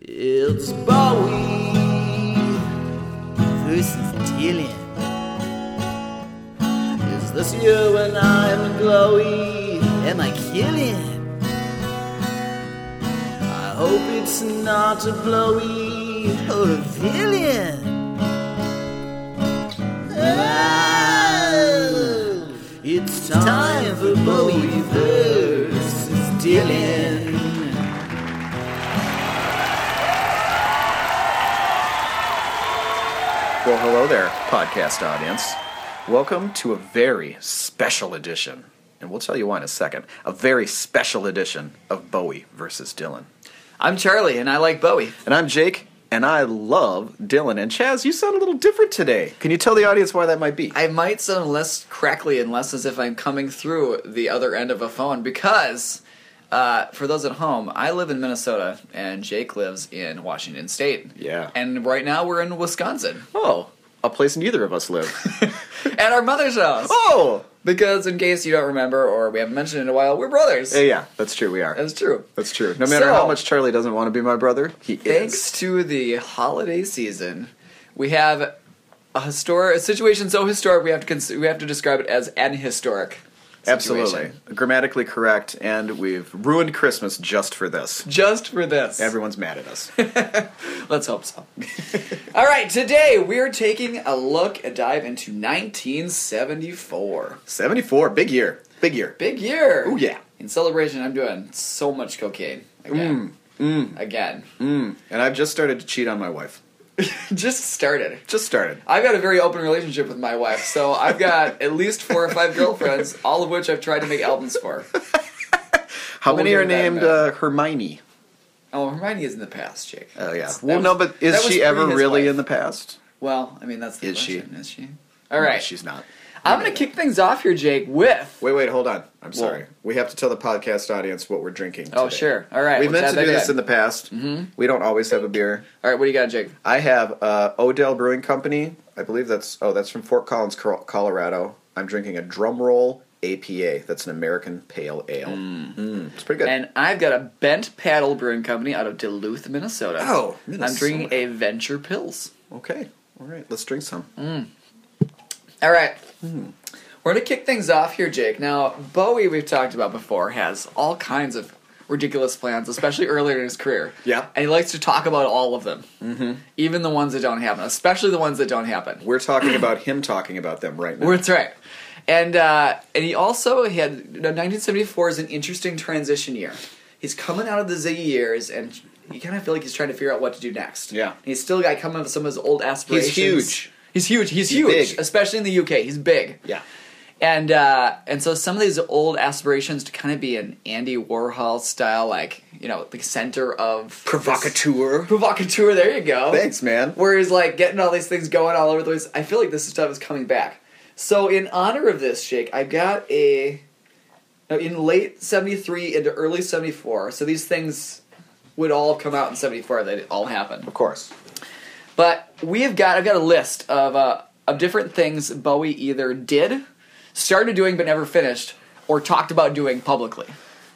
It's Bowie versus Dylan. Is this you and I am glowy? Am I killing? I hope it's not a blowy or a villain. Oh, it's time for Bowie versus Dylan. Well, hello there, podcast audience. Welcome to a very special edition, and we'll tell you why in a second. A very special edition of Bowie versus Dylan. I'm Charlie, and I like Bowie. And I'm Jake, and I love Dylan. And Chaz, you sound a little different today. Can you tell the audience why that might be? I might sound less crackly and less as if I'm coming through the other end of a phone because, uh, for those at home, I live in Minnesota and Jake lives in Washington State. Yeah. And right now we're in Wisconsin oh, a place neither of us live. at our mother's house. oh! Because, in case you don't remember or we haven't mentioned it in a while, we're brothers. Yeah, Eh, yeah, that's true, we are. That's true. That's true. No matter So- how much Charlie doesn't want to be my brother, he Thanks is. to the holiday season, we have a historic a situation so historic we have to cons- we have to describe it as an historic. Absolutely. situation. Grammatically correct, and we've ruined Christmas just for this. Just for this. Everyone's mad at us. Let's hope so. All right, today we're taking a look, a dive into 1974. 74, big year. Big year. Big year. Ooh, yeah. In celebration, I'm doing so much cocaine again. Mm, Again. And I've just started to cheat on my wife. Just started. Just started. I've got a very open relationship with my wife, so I've got at least four or five girlfriends, all of which I've tried to make albums for. How We'll many get are to that in a named uh, minute. Hermione? Oh, Hermione is in the past, Jake. Oh, yeah. That Well, was- no, but that is was she pre ever his really wife. in the past? Well, I mean, that's the Is she? question. Is she? All No, right. she's not. I'm going to kick things off here, Jake, with Wait, wait, hold on. I'm sorry. We have to tell the podcast audience what we're drinking. Oh, today. sure. All right, We let's meant add to that do this in. in the past. Mm-hmm. We don't always have a beer. All right, what do you got, Jake? I have uh, Odell Brewing Company. I believe that's oh, that's from Fort Collins, Col- Colorado. I'm drinking a Drumroll APA. That's an American Pale Ale. Mm, it's pretty good. And I've got a Bent Paddle Brewing Company out of Duluth, Minnesota. Oh, Minnesota. I'm drinking a Venture Pills. okay, all right, let's drink some. All right. Hmm. We're going to kick things off here, Jake. Now, Bowie, we've talked about before, has all kinds of ridiculous plans, especially earlier in his career. Yeah. And he likes to talk about all of them, mm-hmm. even the ones that don't happen, especially the ones that don't happen. We're talking about him talking about them right now. That's right. And uh, and he also had 1974 is an interesting transition year. He's coming out of the Ziggy years, and you kind of feel like he's trying to figure out what to do next. Yeah. and he's still got coming up with some of his old aspirations. huge. He's huge. He's, He's huge, big. especially in the UK. He's big. yeah. And uh, and so some of these old aspirations to kind of be an Andy Warhol style, like you know, the center of Provocateur. provocateur. There you go. Thanks, man. Where he's like getting all these things going all over the place. I feel like this stuff is coming back. So in honor of this, Jake, I got a no, in late '73 into early '74. So these things would all come out in '74. They all happened. Of course. But we have got I've got a list of uh, of different things Bowie either did, started doing but never finished, or talked about doing publicly.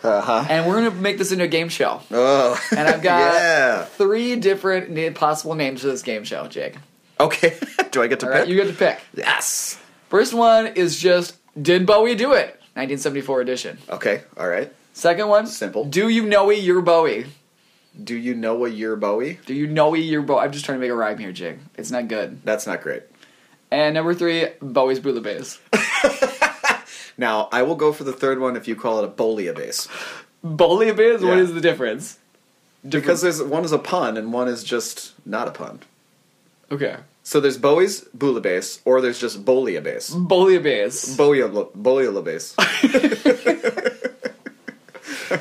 Uh huh. And we're gonna make this into a game show. Oh. And I've got Yeah. three different na- possible names for this game show, Jake. Okay. Do I get to All pick? right, you get to pick. yes. First one is just did Bowie do it? 1974 edition. Okay. All right. Second one, Simple. Do you know you're Bowie? Do you know a year Bowie? Do you know you're Bowie? I'm just trying to make a rhyme here, Jake. It's not good. That's not great. And number three, Bowie's Bouillabaisse. Now I will go for the third one if you call it a bolia base, Bouillabaisse. What Yeah. is the difference? because there's one is a pun and one is just not a pun. Okay. So there's Bowie's boula base, or there's just bolia base. Bouillabaisse. Bolia bolia base.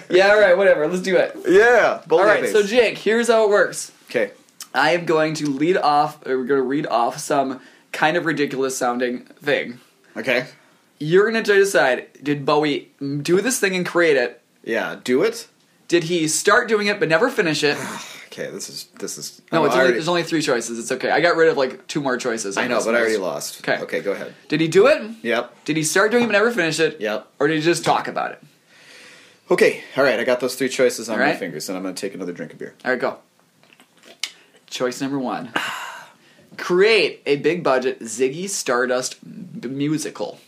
yeah, all right, whatever. Let's do it. yeah. Bolia All right, base. so Jake, here's how it works. okay. I am going to lead off, or we're going to read off some kind of ridiculous sounding thing. Okay. You're going to decide did Bowie do this thing and create it? Yeah. Do it. Did he start doing it but never finish it? Okay. This is this is. No, I'm it's only, Oh, already- there's only three choices. It's okay. I got rid of like two more choices. I know, but I already lost. Okay. Okay. Go ahead. Did he do it? Yep. Did he start doing it but never finish it? Yep. Or did he just talk about it? Okay, all right, I got those three choices on All my right. fingers, and I'm going to take another drink of beer. All right, go. Choice number one create a big budget Ziggy Stardust b- musical.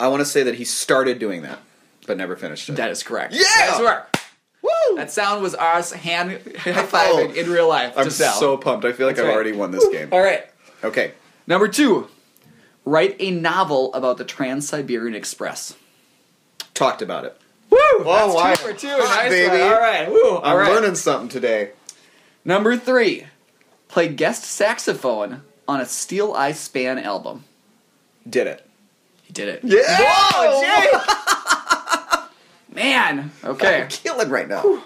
I want to say that he started doing that, but never finished it. That is correct. Yeah! That is correct. Woo! Oh, That sound was us hand high fiving in real life. I'm to Sal. so pumped. I feel like That's I've right. already won this game. All right. Okay. Number two, write a novel about the Trans Siberian Express. Talked about it. Woo! Oh, wow. two for two. Hot, nice baby. one. All right. Woo. I'm All right. learning something today. Number three, play guest saxophone on a Steel Eye Span album. Did it. He did it. Yeah! Whoa, Jay! Man. Okay. I'm killing right now.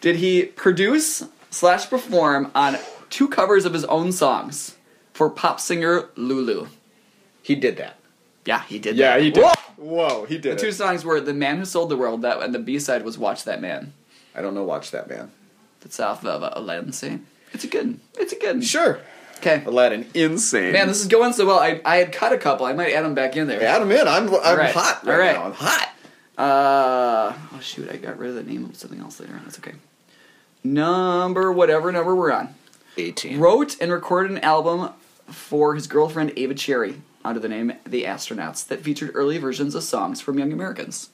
Did he produce slash perform on two covers of his own songs for pop singer Lulu? He did that. Yeah, he did. Yeah, that. he did. Whoa! Whoa, he The did two it. songs were "The Man Who Sold the World" that, and the B side was "Watch That Man." I don't know. Watch that man. That's off of uh, Aladdin Sane. It's a good. It's a good. Sure. Okay. Aladdin, insane. Man, this is going so well. I, I had cut a couple. I might add them back in there. Adam in. I'm I'm right. hot right, All right. now. I'm hot. Uh, oh shoot, I got rid of the name of something else later on. That's okay. Number whatever number we're on. 18. Wrote and recorded an album for his girlfriend Ava Cherry under the name The Astronauts that featured early versions of songs from Young Americans.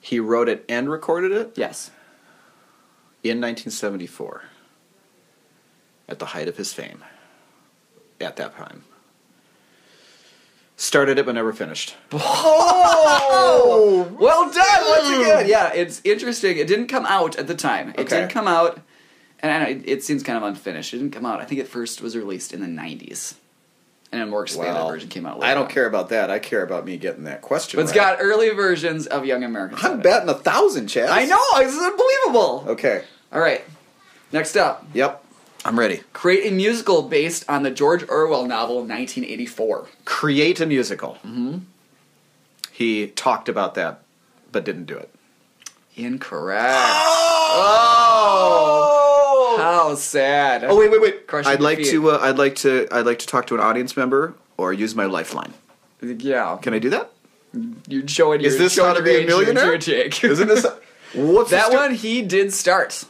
He wrote it and recorded it Yes. in 1974. At the height of his fame. At that time. Started it but never finished. Oh! Well done once again. Yeah, it's interesting. It didn't come out at the time. It Okay. didn't come out, and I know it, it seems kind of unfinished. It didn't come out. I think it first was released in the '90s, and a more expanded Well, version came out. later I don't on. care about that. I care about me getting that question. But it's right. got early versions of Young Americans. on I'm it. betting a thousand, Chaz. I know. This is unbelievable. Okay. All right. Next up, Yep. I'm ready. create a musical based on the George Orwell novel 1984. Create a musical. Mm-hmm. He talked about that, but didn't do it. Incorrect. Oh! How sad. Oh wait, wait, wait! Crushing I'd your like feet. to. Uh, I'd like to. I'd like to talk to an audience member or use my lifeline. yeah. Can I do that? You're showing. Is your- this how showing to your be a age here, millionaire? Jake. Isn't this? What's that one he did start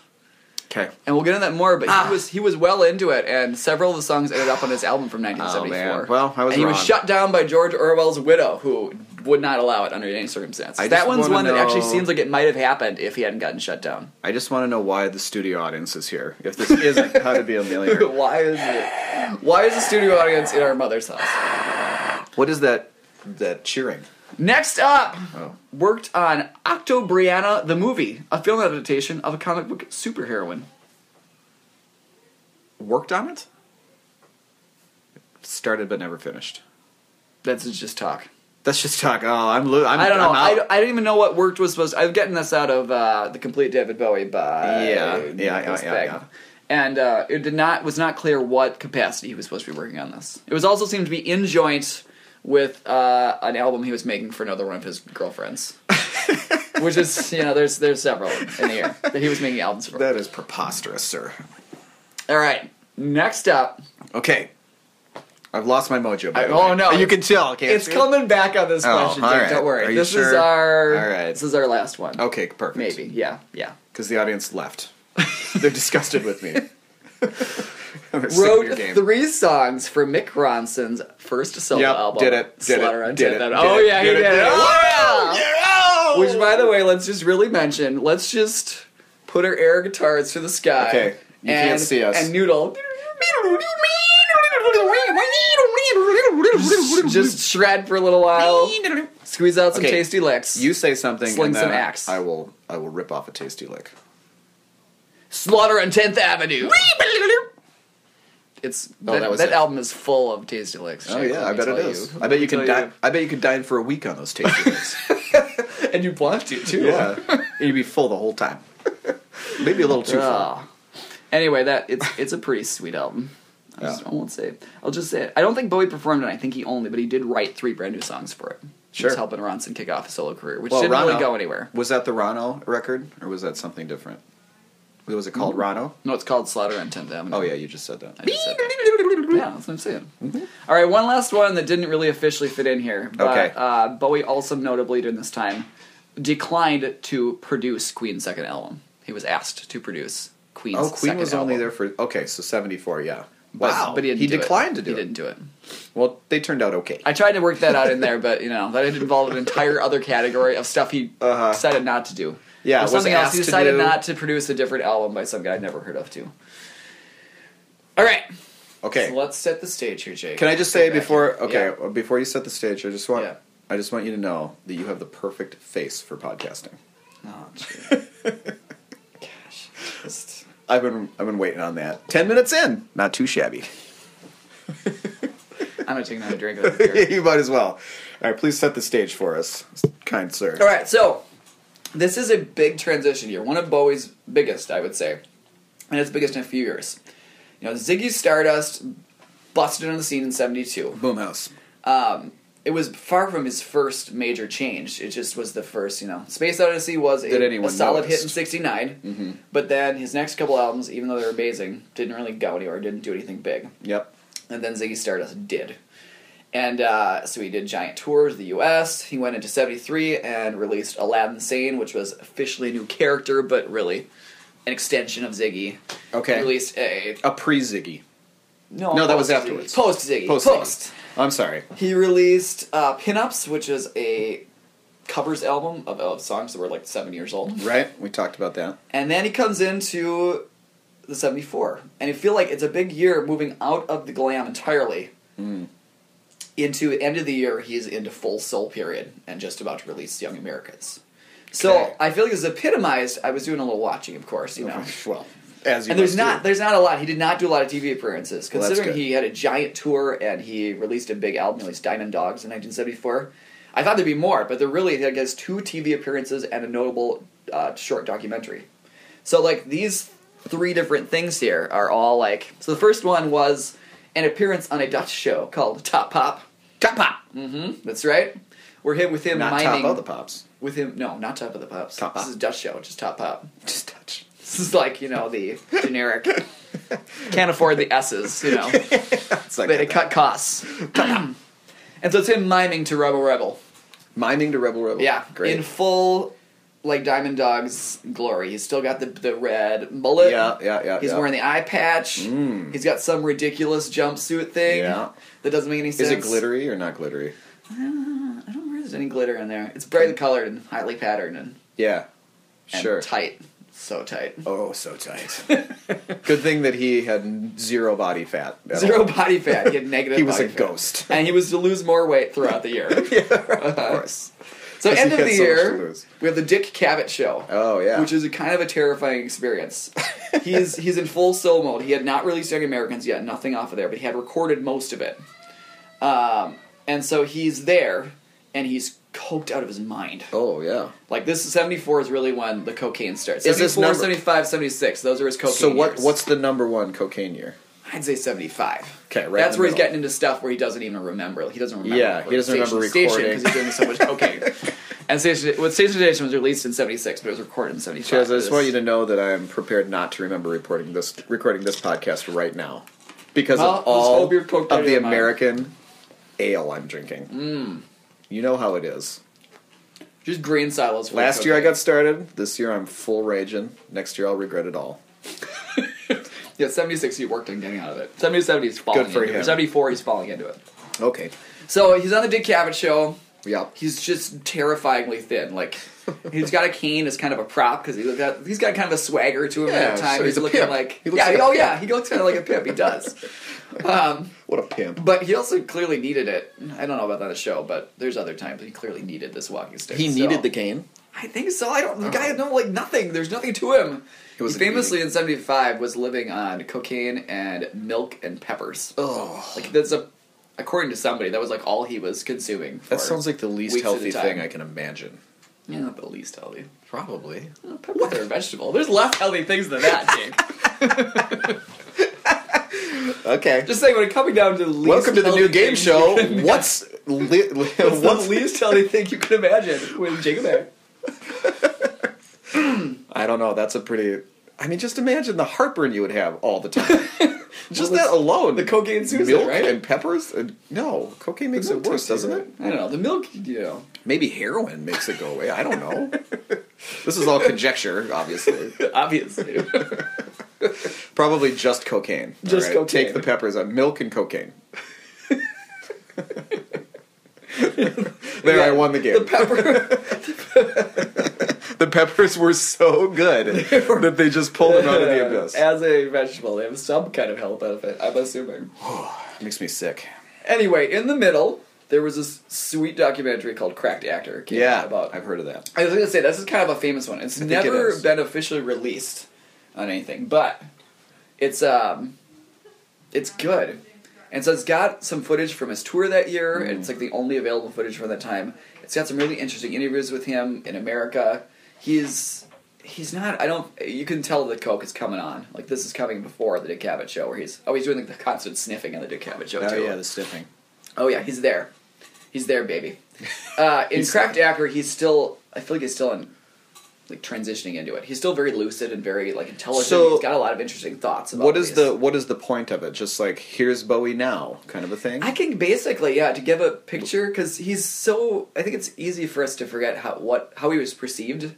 Okay. and we'll get into that more but Ah. he was he was well into it and several of the songs ended up on his album from 1974 Oh, man. Well, I was and he was wrong. shut down by george orwell's widow who would not allow it under any circumstance I that just one's wanna one that actually know- seems like it might have happened if he hadn't gotten shut down I just want to know why the studio audience is here. If this isn't how to be a millionaire, why is it why is the studio audience in our mother's house what is that? That cheering. next up Oh. worked on octobriana the movie a film adaptation of a comic book superheroine worked on it? Started but never finished. that's just talk That's just talk. Oh, I'm. Lo- I'm I don't know. I'm out. I, don't- I didn't even know what worked was supposed. I've gotten this out of uh, the complete David Bowie by Yeah, yeah, yeah, Nicholas yeah, Beck. yeah. And uh, it did not was not clear what capacity he was supposed to be working on this. It was also seemed to be in joint with uh, an album he was making for another one of his girlfriends, which is you know there's there's several in the air that he was making albums for. that is preposterous, sir. All right, next up, Okay, I've lost my mojo. by I- the oh, way. no. you can tell. Can't it's you? coming back on this Oh, question. all Jake, right. Don't worry, Are you this is sure? our All right. Oh. this is our last one. Okay, perfect. maybe yeah yeah. because the audience left. They're disgusted with me. I'm sick of your wrote game. three songs for Mick Ronson's first solo Yep, album. did it, did it, Slaughter on did it, Death did End. oh it, yeah, he did did it, it. did it. Wow! Yeah! Which, by the way, let's just really mention. Let's just put our air guitars to the sky. Okay, you can't and- see us. And noodle. Just shred for a little while. Squeeze out some Okay, tasty licks. you say something, Sling and then some axe. I will. I will rip off a tasty lick. Slaughter on Tenth Avenue. It's Oh, that, that was that it. album is full of tasty licks. Oh Jake, yeah, let I me bet it tell is. I bet you Let me can tell dine. I bet you can dine for a week on those tasty licks. and you want to too. yeah, and you'd be full the whole time. Maybe a little too full. Ah. Anyway, that it's it's a pretty sweet album. I, just, Yeah. I won't say it. I'll just say it. I don't think Bowie performed it. I think he only, but he did write three brand new songs for it. He was Sure. helping Ronson kick off his solo career, which Well, didn't really Rano- go anywhere. Was that the Rano record, or was that something different? What was it called, Rano? No, it's called Slaughter on Tenth Avenue. Oh yeah, you just said that. I just said that. yeah, that's what I'm saying. Mm-hmm. All right, one last one that didn't really officially fit in here, but Okay. uh, Bowie also notably during this time declined to produce Queen's second album. He was asked to produce Queen's. Oh, Queen second was only album. there for okay, so seventy four. Yeah. But- Wow. but he, didn't he do it. declined to do He it. didn't do it. Well, they turned out okay. I tried to work that out in there, but you know that it involved an entire other category of stuff he Uh-huh. decided not to do. Yeah, Or was something else. asked He to decided do- not to produce a different album by some guy I'd never heard of too. All right, okay. so let's set the stage here, Jake. Can I just say Get back before in. okay, Yeah. before you set the stage, I just want Yeah. I just want you to know that you have the perfect face for podcasting. Oh, gee. Gosh, just- I've been I've been waiting on that. 10 minutes in. Not too shabby. I'm not taking another drink of that beer. you might as well. All right, please set the stage for us, kind sir. All right, so this is a big transition year, one of Bowie's biggest, I would say, and it's biggest in a few years. You know, Ziggy Stardust busted on the scene in '72. Boomhouse. Um, it was far from his first major change. It just was the first, you know. Space Odyssey was That a, anyone a solid hit in noticed. Mm-hmm. '69, but then his next couple albums, even though they were amazing, didn't really go anywhere. Didn't do anything big Yep. and then Ziggy Stardust did. And uh, so he did giant tours of the U.S. He went into '73 and released Aladdin Sane, which was officially a new character, but really an extension of Ziggy. He Okay. released a A pre-Ziggy. no, No, that was post-Ziggy. afterwards. Post Ziggy, post. Post-Ziggy. I'm sorry. He released uh, Pinups, which is a covers album of, of songs that were like seven years old. Right? We talked about that. And then he comes into the 74. And I feel like it's a big year moving out of the glam entirely. Into end of the year, he's into full soul period and just about to release Young Americans. So Okay. I feel he was epitomized. I was doing a little watching, of course, you know. Well, as you And there's must not do. there's not a lot. He did not do a lot of TV appearances, Well, that's considering good. he had a giant tour and he released a big album, he released Diamond Dogs in 1974. I thought there'd be more, but there really he has two TV appearances and a notable uh, short documentary. So like these three different things here are all like. So the first one was an appearance on a Dutch show called Top Pop. Top Pop. That's right. We're hit with him Not Mm, mining Top of the Pops. with him. No, not Top of the Pops. Top this Pop. is a Dutch show, just Top Pop. Just touch. This is like, you know, the generic. Can't afford the S's, you know. It's like They had to cut costs. and so it's him miming to Rebel Rebel. Miming to Rebel Rebel. Yeah. Great. In full, like, Diamond Dog's glory. He's still got the, the red mullet. Yeah, yeah, yeah, He's yeah. wearing the eye patch. Mm. He's got some ridiculous jumpsuit thing Yeah. that doesn't make any sense. Is it glittery or not glittery? I don't know if there's any glitter in there. It's brightly colored and highly patterned and, Yeah. and Sure. tight. So tight. Oh, so tight. Good thing that he had zero body fat. at Zero all. body fat. He had negative He was body a fat. ghost. and he was to lose more weight throughout the year. Uh-huh. Of course. So 'Cause he end of had the so much to year, lose. we have the Dick Cavett show. Oh, yeah. which is a kind of a terrifying experience. he's he's in full soul mode. He had not released Young Americans yet, nothing off of there, but he had recorded most of it. Um, and so he's there, and he's coked out of his mind. Oh yeah. Like this, seventy four is really when the cocaine starts. Is this 74, number- 75, 76, Those are his cocaine. So what? years. What's the number one cocaine year? I'd say 75. 'Kay, right in That's the where he's middle. getting into stuff where he doesn't even remember. He doesn't remember. Yeah, he doesn't remember because he's doing so much cocaine. and Station, what Station to Station was released in 76, but it was recorded in 75. Chaz, I just want you to know that I am prepared not to remember reporting this, recording this podcast right now, because Well, of let's all hope you're coked out of of the your mind. American ale I'm drinking. Mm. You know how it is. Just green silos. full of Last year I cocaine. got started. This year I'm full raging. Next year I'll regret it all. Yeah, 76, he worked on getting out of it. 77, he's falling Good for into him. it. 74, he's falling into it. Okay. So he's on the Dick Cavett show. Yep. He's just terrifyingly thin. Like, he's got a cane as kind of a prop because he looked at, he's got kind of a swagger to him Yeah, at the time. so he's he's a looking pimp. like, He looks yeah, like a oh yeah, he looks kind of like a pimp. He does. What a pimp. But he also clearly needed it. I don't know about that on the show, but there's other times he clearly needed this walking stick. so- cane. I think so. I don't. The guy had no like nothing. There's nothing to him. He, was an famously in '75 was living on cocaine and milk and peppers. Oh, Like that's a, according to somebody, that was like all he was consuming. For that sounds like the least weeks at a healthy time. thing I can imagine. yeah, not the least healthy. Probably. Well, Peppers are a vegetable. There's less healthy things than that, Jake. Okay. Just saying, when it coming down to the least Welcome to the healthy new game things- show. What's li- li- What's what's the least healthy thing you could imagine with Jacob Ayer? I don't know. That's a pretty. I mean, just imagine the heartburn you would have all the time. just that alone. the cocaine Susan, milk right? and peppers. And, no, cocaine makes it worse, doesn't it? I don't know. The milk, you know. Maybe heroin makes it go away. I don't know. this is all conjecture, obviously. Obviously. probably just cocaine. Just alright? Take cocaine. the peppers out. Milk and cocaine. there, I won the game. The pepper. The peppers were so good that they just pulled them out of the abyss. As a vegetable, they have some kind of health benefit, I'm assuming. makes me sick. Anyway, in the middle, there was this sweet documentary called Cracked Actor. came Yeah, out about I've heard of that. I was going to say this is kind of a famous one. It's think it never is. been officially released on anything, but it's um, it's good. And so it's got some footage from his tour that year, and it's like the only available footage from that time. It's got some really interesting interviews with him in America. He's he's not. I don't. You can tell that Coke is coming on. Like this is coming before the Dick Cavett show, where he's oh he's doing like the constant sniffing on the Dick Cavett show Oh too. yeah, the sniffing. Oh yeah, he's there. He's there, baby. Uh, in Cracked Actor, he's still. I feel like he's still in, like transitioning into it. He's still very lucid and very like intelligent. So- he's got a lot of interesting thoughts. about What is these. the what is the point of it? Just like here's Bowie now, kind of a thing. I can basically yeah to give a picture because he's so. I think it's easy for us to forget how what how he was perceived.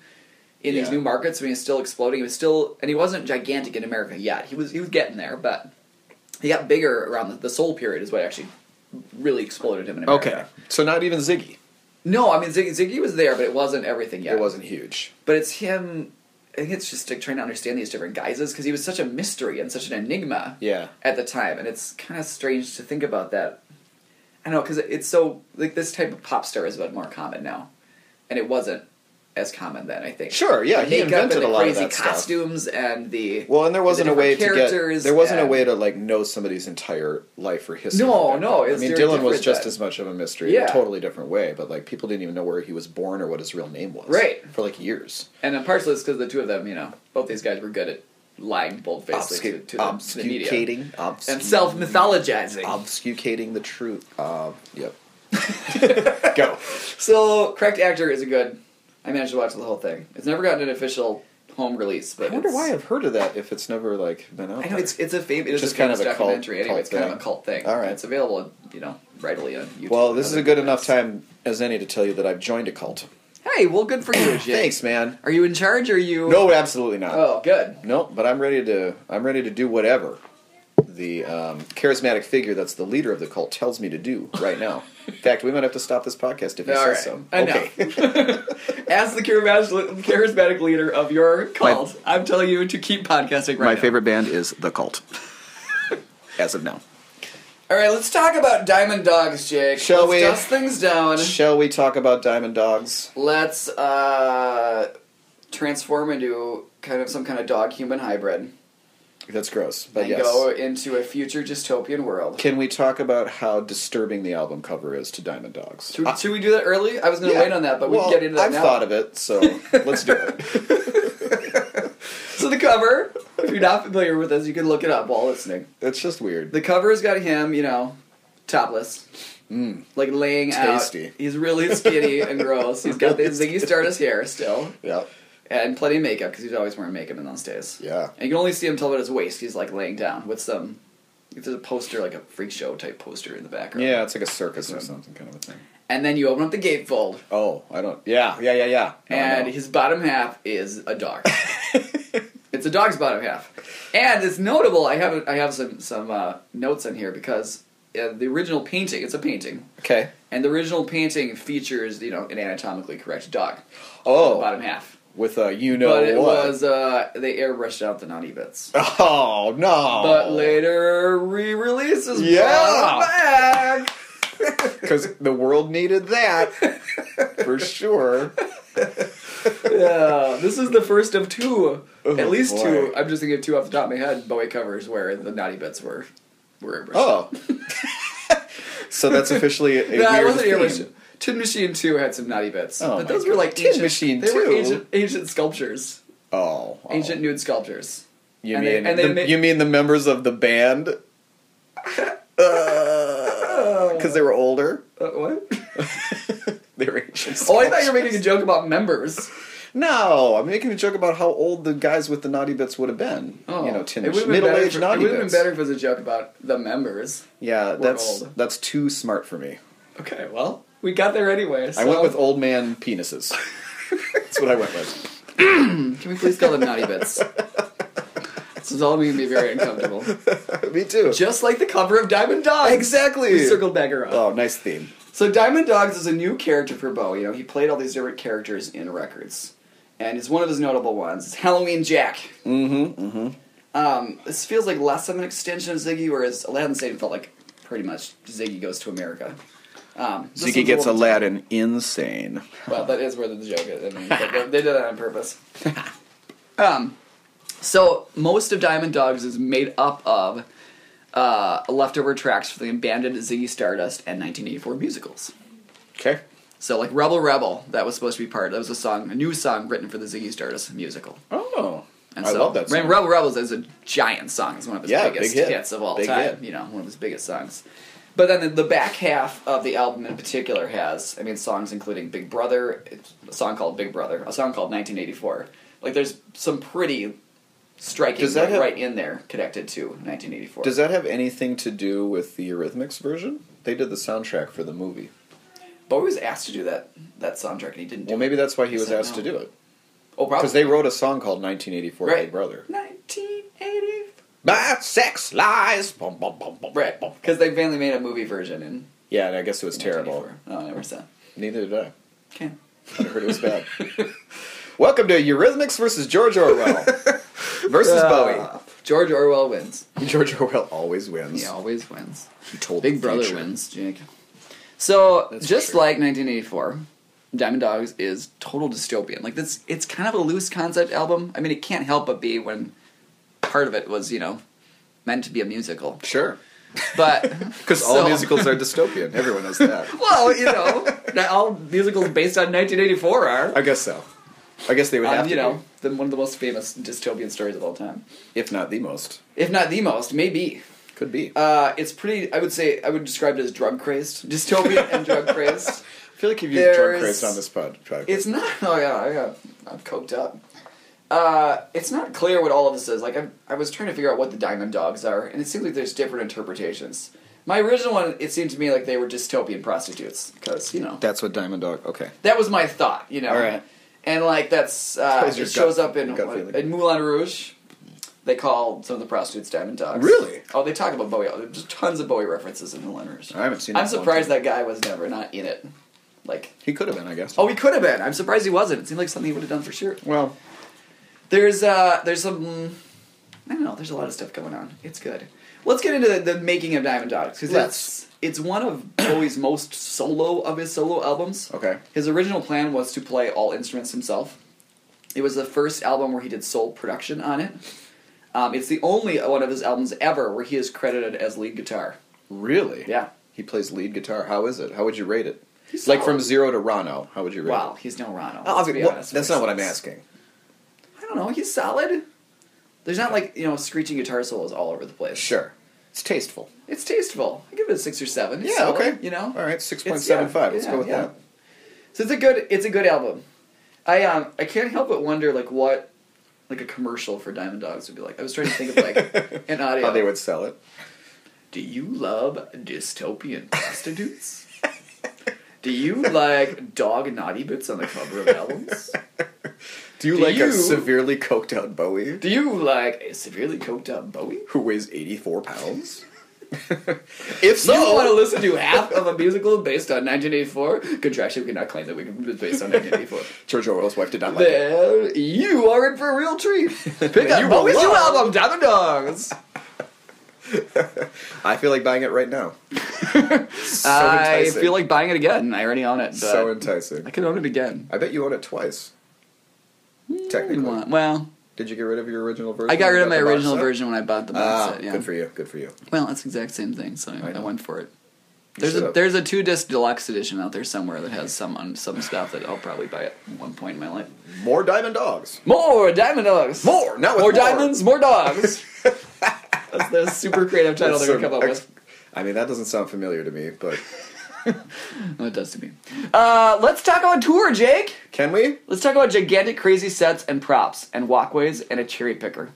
In these Yeah. new markets, when he was still exploding, he was still, and he wasn't gigantic in America yet. He was, he was getting there, but he got bigger around the, the Soul period, is what actually really exploded him in America. okay, so not even Ziggy. No, I mean Ziggy, Ziggy was there, but it wasn't everything yet. It wasn't huge. But it's him. I think it's just like trying to understand these different guises because he was such a mystery and such an enigma Yeah. at the time, and it's kind of strange to think about that. I don't know because it's so like this type of pop star is what more common now, and it wasn't as common then. I think Sure, yeah, he The makeup invented and the a lot of crazy that stuff. costumes and the Well, and there wasn't a way to different get characters there wasn't a and- way to like know somebody's entire life or history. No, back then. no, I it's mean very Dylan was different just then. as much of a mystery, in Yeah. a totally different way. But like people didn't even know where he was born or what his real name was, Right. For like years. and then partially it's because the two of them, you know, both these guys were good at lying boldfacedly to, Obfusca- to the, to the media obfuscating, obfuscating, and self mythologizing. obfuscating the truth. Uh, yep. Go. So, Correct Actor is a good. I managed to watch the whole thing. It's never gotten an official home release, but I wonder it's, why I've heard of that if it's never like been out. I know there. it's it's a fam- it is Just a kind famous of a cult- documentary anyway. cult It's kind of thing. a cult thing. All right. it's available, you know, readily on YouTube. well, this is a and good other enough time as any to tell you that I've joined a cult. places. Hey, well, good for you. Jake. Thanks, man. Are you in charge? Or are you? No, absolutely not. Oh, good. No, but I'm ready to. I'm ready to do whatever the um, charismatic figure that's the leader of the cult tells me to do right now. In fact, we might have to stop this podcast if he All right. says so. Enough. As the charismatic, charismatic leader of your cult, I'm telling you to keep podcasting right My now. favorite band is the Cult. As of now, All right, let's talk about Diamond Dogs, Jake. Shall let's we? dust things down? shall we talk about Diamond Dogs? let's uh transform into kind of some kind of dog human hybrid That's gross, but and yes. go into a future dystopian world. Can we talk about how disturbing the album cover is to Diamond Dogs? Should, should we do that early? I was going to wait on that, but we can get into that I've now. thought of it, so let's do it. So the cover, if you're not familiar with this, you can look it up while listening. It's just weird. The cover's got him, you know, topless, like laying Mm. Tasty. out. He's really skinny and gross. He's got the Ziggy Stardust hair still, Yeah, and plenty of makeup because he's always wearing makeup in those days. yeah. And you can only see him till about his waist. He's like laying down with some. There's a poster, like a freak show type poster in the background. Yeah, it's like a circus or something kind of a thing. And then you open up the gatefold, Oh, I don't. Yeah, yeah, yeah, yeah. No, I and know. his bottom half is a dog. it's a dog's bottom half, and it's notable. I have I have some some uh, notes on here because uh, the original painting. It's a painting, okay. and the original painting features you know an anatomically correct dog, Oh, bottom half. with a you know but it what. was uh, they airbrushed out the naughty bits. Oh no! But later re-releases brought Yeah. it back. because the world needed that for sure. Yeah, Uh, this is the first of two, Oh, at least two. boy. I'm just thinking of two off the top of my head. Bowie covers where the naughty bits were, were airbrushed. Oh, so that's officially a no, it weird wasn't theme. airbrushed. Tin Machine Two had some naughty bits, Oh my but those were like God. Tin ancient, Machine They were 2? ancient, ancient sculptures, Oh, oh. ancient nude sculptures. You and mean they- and they the, ma- you mean the members of the band? Oh. Because they were older. Uh, what? They were ancient. Oh, I thought you were making a joke about members. No, I'm making a joke about how old the guys with the naughty bits would have been. Oh, you know, ten It would've been better middle-aged if- naughty It would have been bits. better if it was a joke about the members. yeah, that's old. that's too smart for me. Okay, well, we got there anyway. I went so- with old man penises. That's what I went with. Can we please call them naughty bits? This is all going to be very uncomfortable. Me too. Just like the cover of Diamond Dogs. Exactly. We circled back around. Oh, nice theme. So Diamond Dogs is a new character for Bo. You know, he played all these different characters in records, and it's one of his notable ones. It's Halloween Jack. Mm-hmm. Mm-hmm. Um, this feels like less of an extension of Ziggy, whereas Aladdin Satan felt like pretty much Ziggy goes to America. Um, this one's Ziggy gets little- Aladdin insane. Well, that is where the joke is. I mean, but they- they did that on purpose. um, so most of Diamond Dogs is made up of uh, leftover tracks from the abandoned Ziggy Stardust and 1984 musicals. Okay. So like Rebel Rebel, that was supposed to be part. That was a song, a new song written for the Ziggy Stardust musical. Oh, And I so, love that Re- song. Rebel Rebel is a giant song. It's one of his Yeah, biggest big hit. hits of all Big time. hit. You know, one of his biggest songs. But then the, the back half of the album in particular has, I mean, songs including Big Brother, it's a song called Big Brother, a song called 1984. Like, there's some pretty striking Does that have- right in there connected to 1984. Does that have anything to do with the Eurythmics version? They did the soundtrack for the movie. Bowie was asked to do that that soundtrack and he didn't do Well, it. maybe that's why he Is was that asked to no? do it Oh, probably. because they wrote a song called "1984 Right. Big Brother." 1984. My sex lies. Bum, bum, bum, bum, Right, bum. because they mainly made a movie version in. Yeah, and I guess it was terrible. 1984. Oh, I never saw. it. Neither did I. Okay. I heard it was bad. Welcome to Eurythmics versus George Orwell versus Uh, George Orwell wins. Bowie. George Orwell always wins. He always wins. He told Big the Brother future. wins, Jake. So That's just for sure. like 1984, Diamond Dogs is total dystopian. Like this, it's kind of a loose concept album. I mean, it can't help but be when part of it was you know meant to be a musical, Sure, but because all So- musicals are dystopian. Everyone knows that. well, you know, not all musicals based on 1984 are. I guess so. I guess they would have Um, to you be, know, the, one of the most famous dystopian stories of all time, if not the most. if not the most, maybe. Could be. Uh, it's pretty. I would say I would describe it as drug crazed, dystopian and drug crazed. I feel like you've used drug there's- crates on this pod. Drug It's not. Oh yeah, I got. I'm coked up. Uh, it's not clear what all of this is. Like I, I was trying to figure out what the Diamond Dogs are, and it seems like there's different interpretations. My original one, it seemed to me like they were dystopian prostitutes, because you know That's what Diamond Dog. Okay. that was my thought. You know, All right. and like that's That uh, was it your shows gut- up in gut feeling. in Moulin Rouge. They call some of the prostitutes Diamond Dogs. Really? Oh, they talk about Bowie. There's tons of Bowie references in Moulin Rouge. I haven't seen. I'm that in a long surprised time. that guy was never not in it. Like he could have been. I guess. Oh, he could have been. I'm surprised he wasn't. It seemed like something he would have done for sure. well. There's uh, there's some, I don't know. There's a lot of stuff going on. It's good. Let's get into the, the making of Diamond Dogs because Let's. it's it's one of Bowie's most solo of his solo albums. Okay. His original plan was to play all instruments himself. It was the first album where he did sole production on it. Um, it's the only one of his albums ever where he is credited as lead guitar. Really. Yeah. He plays lead guitar. How is it? How would you rate it? He's like solid. from zero to Rano. How would you rate Wow, it? he's no Ronald. I'll let's be- be well, honest with that's not what I'm ourselves. asking. I don't know. He's solid. There's not like you know screeching guitar solos all over the place. Sure. It's tasteful. it's tasteful. I give it a six or seven. It's yeah. solid, okay. You know, All right. Six point It's- seven five. yeah, Let's go with yeah, that. so it's a good it's a good album. I um I can't help but wonder like what like a commercial for Diamond Dogs would be like. I was trying to think of like an audio. How they would sell it. Do you love dystopian prostitutes? Do you like dog naughty bits on the cover of albums? Do you Do like a you- severely coked out Bowie Do you like a severely coked up Bowie? who weighs eighty four pounds? if so, you want to listen to half of a musical based on 1984? Contraction cannot claim that we can it's based on 1984. George Orwell's wife did not like it. then you are in for a real treat. Pick Then up you Bowie's will new love- album, Diamond Dogs. I feel like buying it right now. so I enticing. feel like buying it again. I already own it. But so I enticing. could own it again. I bet you own it twice. Technically, Well, did you get rid of your original version? Hmm, I got when rid you of my the box original set? version when I bought the box Ah, set. Yeah. good for you. Good for you. You Well, that's the exact same thing, so I, I know. went for it. There's a should've- there's a two disc deluxe edition out there somewhere that has some on some stuff that I'll probably buy at one point in my life. more diamond dogs. More diamond dogs. More, not with more. more, diamonds. More dogs. That's the super creative title That's they're some gonna come up ex- with. I mean, that doesn't sound familiar to me, but Oh, it does to me. Uh, let's talk about tour, Jake. can we? Let's talk about gigantic, crazy sets and props and walkways and a cherry picker.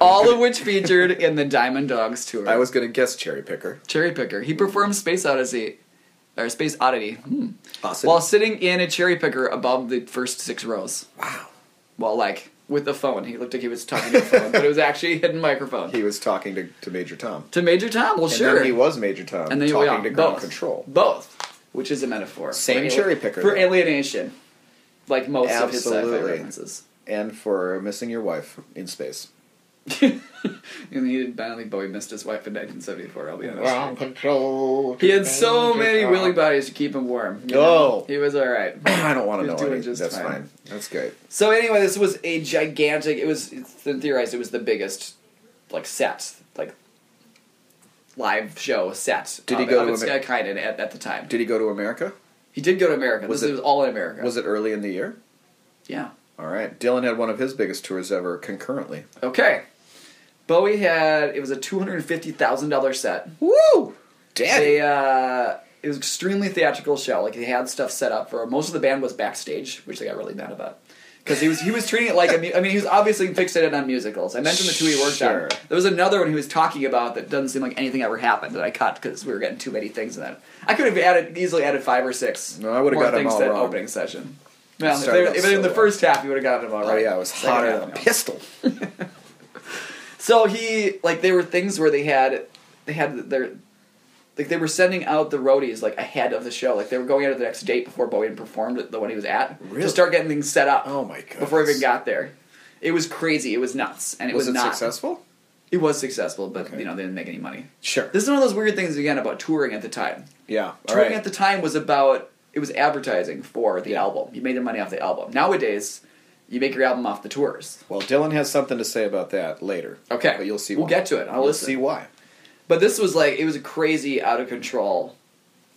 All of which featured in the Diamond Dogs tour. I was gonna guess cherry picker. cherry picker. He performed Space Odyssey, or Space Oddity, hmm, Awesome. while sitting in a cherry picker above the first six rows. wow. While like with a phone. He looked like he was talking to a phone, but it was actually a hidden microphone. He was talking to, to Major Tom. to Major Tom, well, And sure. then he was Major Tom and then you- talking yeah, to ground both, control. Both, which is a metaphor. Same for ali- cherry picker, for though. alienation, like most of his sci-fi Absolutely. references. And for missing your wife in space. And he did badly, but he missed his wife in 1974. I'll be honest. Ground control. He had so many willing bodies to keep him warm. you know? Oh. he was all right. I don't want to He's know doing any. just That's fine. fine. That's great. So anyway, this was a gigantic. It was it's been theorized it was the biggest, like set, like live show set. Did he of- go of to its Amer- kind of at, at the time? Did he go to America? He did go to America. Was this it- was all in America. Was it early in the year? Yeah. All right. Dylan had one of his biggest tours ever concurrently. Okay. Bowie had it was a two hundred fifty thousand dollar set. Woo! They uh, it was extremely theatrical show. Like they had stuff set up for most of the band was backstage, which they got really mad about because he was he was treating it like a mu- I mean he was obviously fixated on musicals. I mentioned the two he worked Sure. on. There was another one he was talking about that doesn't seem like anything ever happened that I cut because we were getting too many things in that. I could have added easily added five or six. No, I would've more got 'em things all that wrong. opening session. Well, if, Started they, out if in the slow. first half you would have gotten them all Oh right. yeah, it was Second hotter half, than a no. pistol. So he like there were things where they had they had their like they were sending out the roadies like ahead of the show. Like they were going out to the next date before Bowie had performed at the one he was at Really? to start getting things set up. Oh my god. Before he even got there, it was crazy. It was nuts, and it was, was it not. successful? It was successful, but Okay. you know they didn't make any money. Sure. This is one of those weird things again about touring at the time. yeah. All Touring right. at the time was about it was advertising for the album. You made the money off the album. Nowadays, you make your album off the tours. well, Dylan has something to say about that later. Okay, But you'll see. We'll why. get to it. I'll You'll listen. see why. But this was like it was a crazy out of control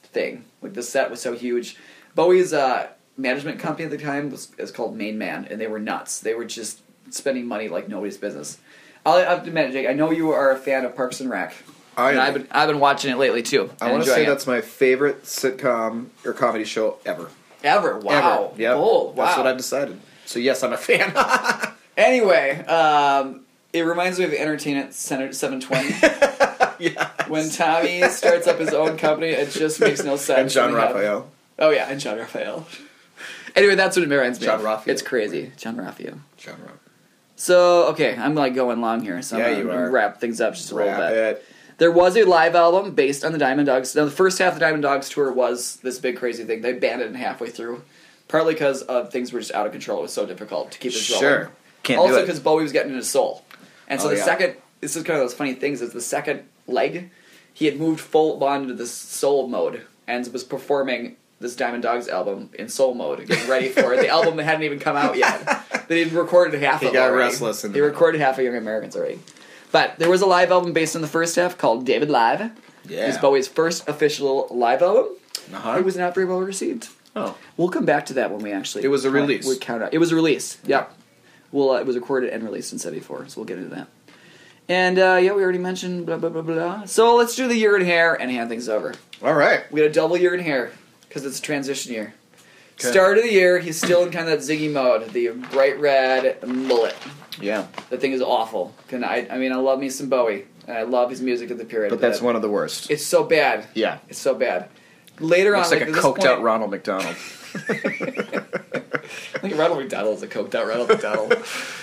thing. Like the set was so huge. Bowie's uh, management company at the time was is called Main Man, and they were nuts. They were just spending money like nobody's business. I'll have to admit, Jake. I know you are a fan of Parks and Rec. I and am. I've been I've been watching it lately too. I want and to enjoying say it. that's my favorite sitcom or comedy show ever. ever wow Ever. Yep. bold wow That's what I've decided. So yes, I'm a fan. Anyway, um, it reminds me of Entertainment Center 720. When Tommy starts up his own company, it just makes no sense. and John We have- Raphael. Oh yeah, and John Raphael. anyway, that's what it reminds me. John of. Raphael. It's crazy, John Raphael. John Raphael. So okay, I'm like going long here, so Yeah, I'm you gonna are. wrap things up just a little Wrap bit. it. There was a live album based on the Diamond Dogs. Now the first half of the Diamond Dogs tour was this big crazy thing. They banned it halfway through, partly because of things were just out of control. It was so difficult to keep it Sure. rolling Can't also do it. because Bowie was getting into soul, and so Oh, the yeah. second this is kind of those funny things is the second leg, he had moved full on into this soul mode and was performing this Diamond Dogs album in soul mode, getting ready for it. the album that hadn't even come out yet. They had recorded half He of it. got already. restless in the They middle. recorded half of Young Americans already. But there was a live album based on the first half called David Live. It was Yeah. Bowie's first official live album. Uh-huh. It was not very well received. Oh. We'll come back to that when we actually. It was a count- release. We count out. It was a release. Yep. Well, uh, it was recorded and released in '74, so we'll get into that. And uh, yeah, we already mentioned blah blah blah blah. So let's do the year in hair and hand things over. All right. We got a double year in hair because it's a transition year. Start of the year, he's still in kind of that Ziggy mode, the bright red mullet. Yeah. The thing is awful. Can I? I mean, I love me some Bowie, and I love his music at the period. But that's that- one of the worst. It's so bad. yeah. It's so bad. Later Looks on, like, like a at this coked point- out Ronald McDonald. I think Ronald McDonald is a coked out Ronald McDonald.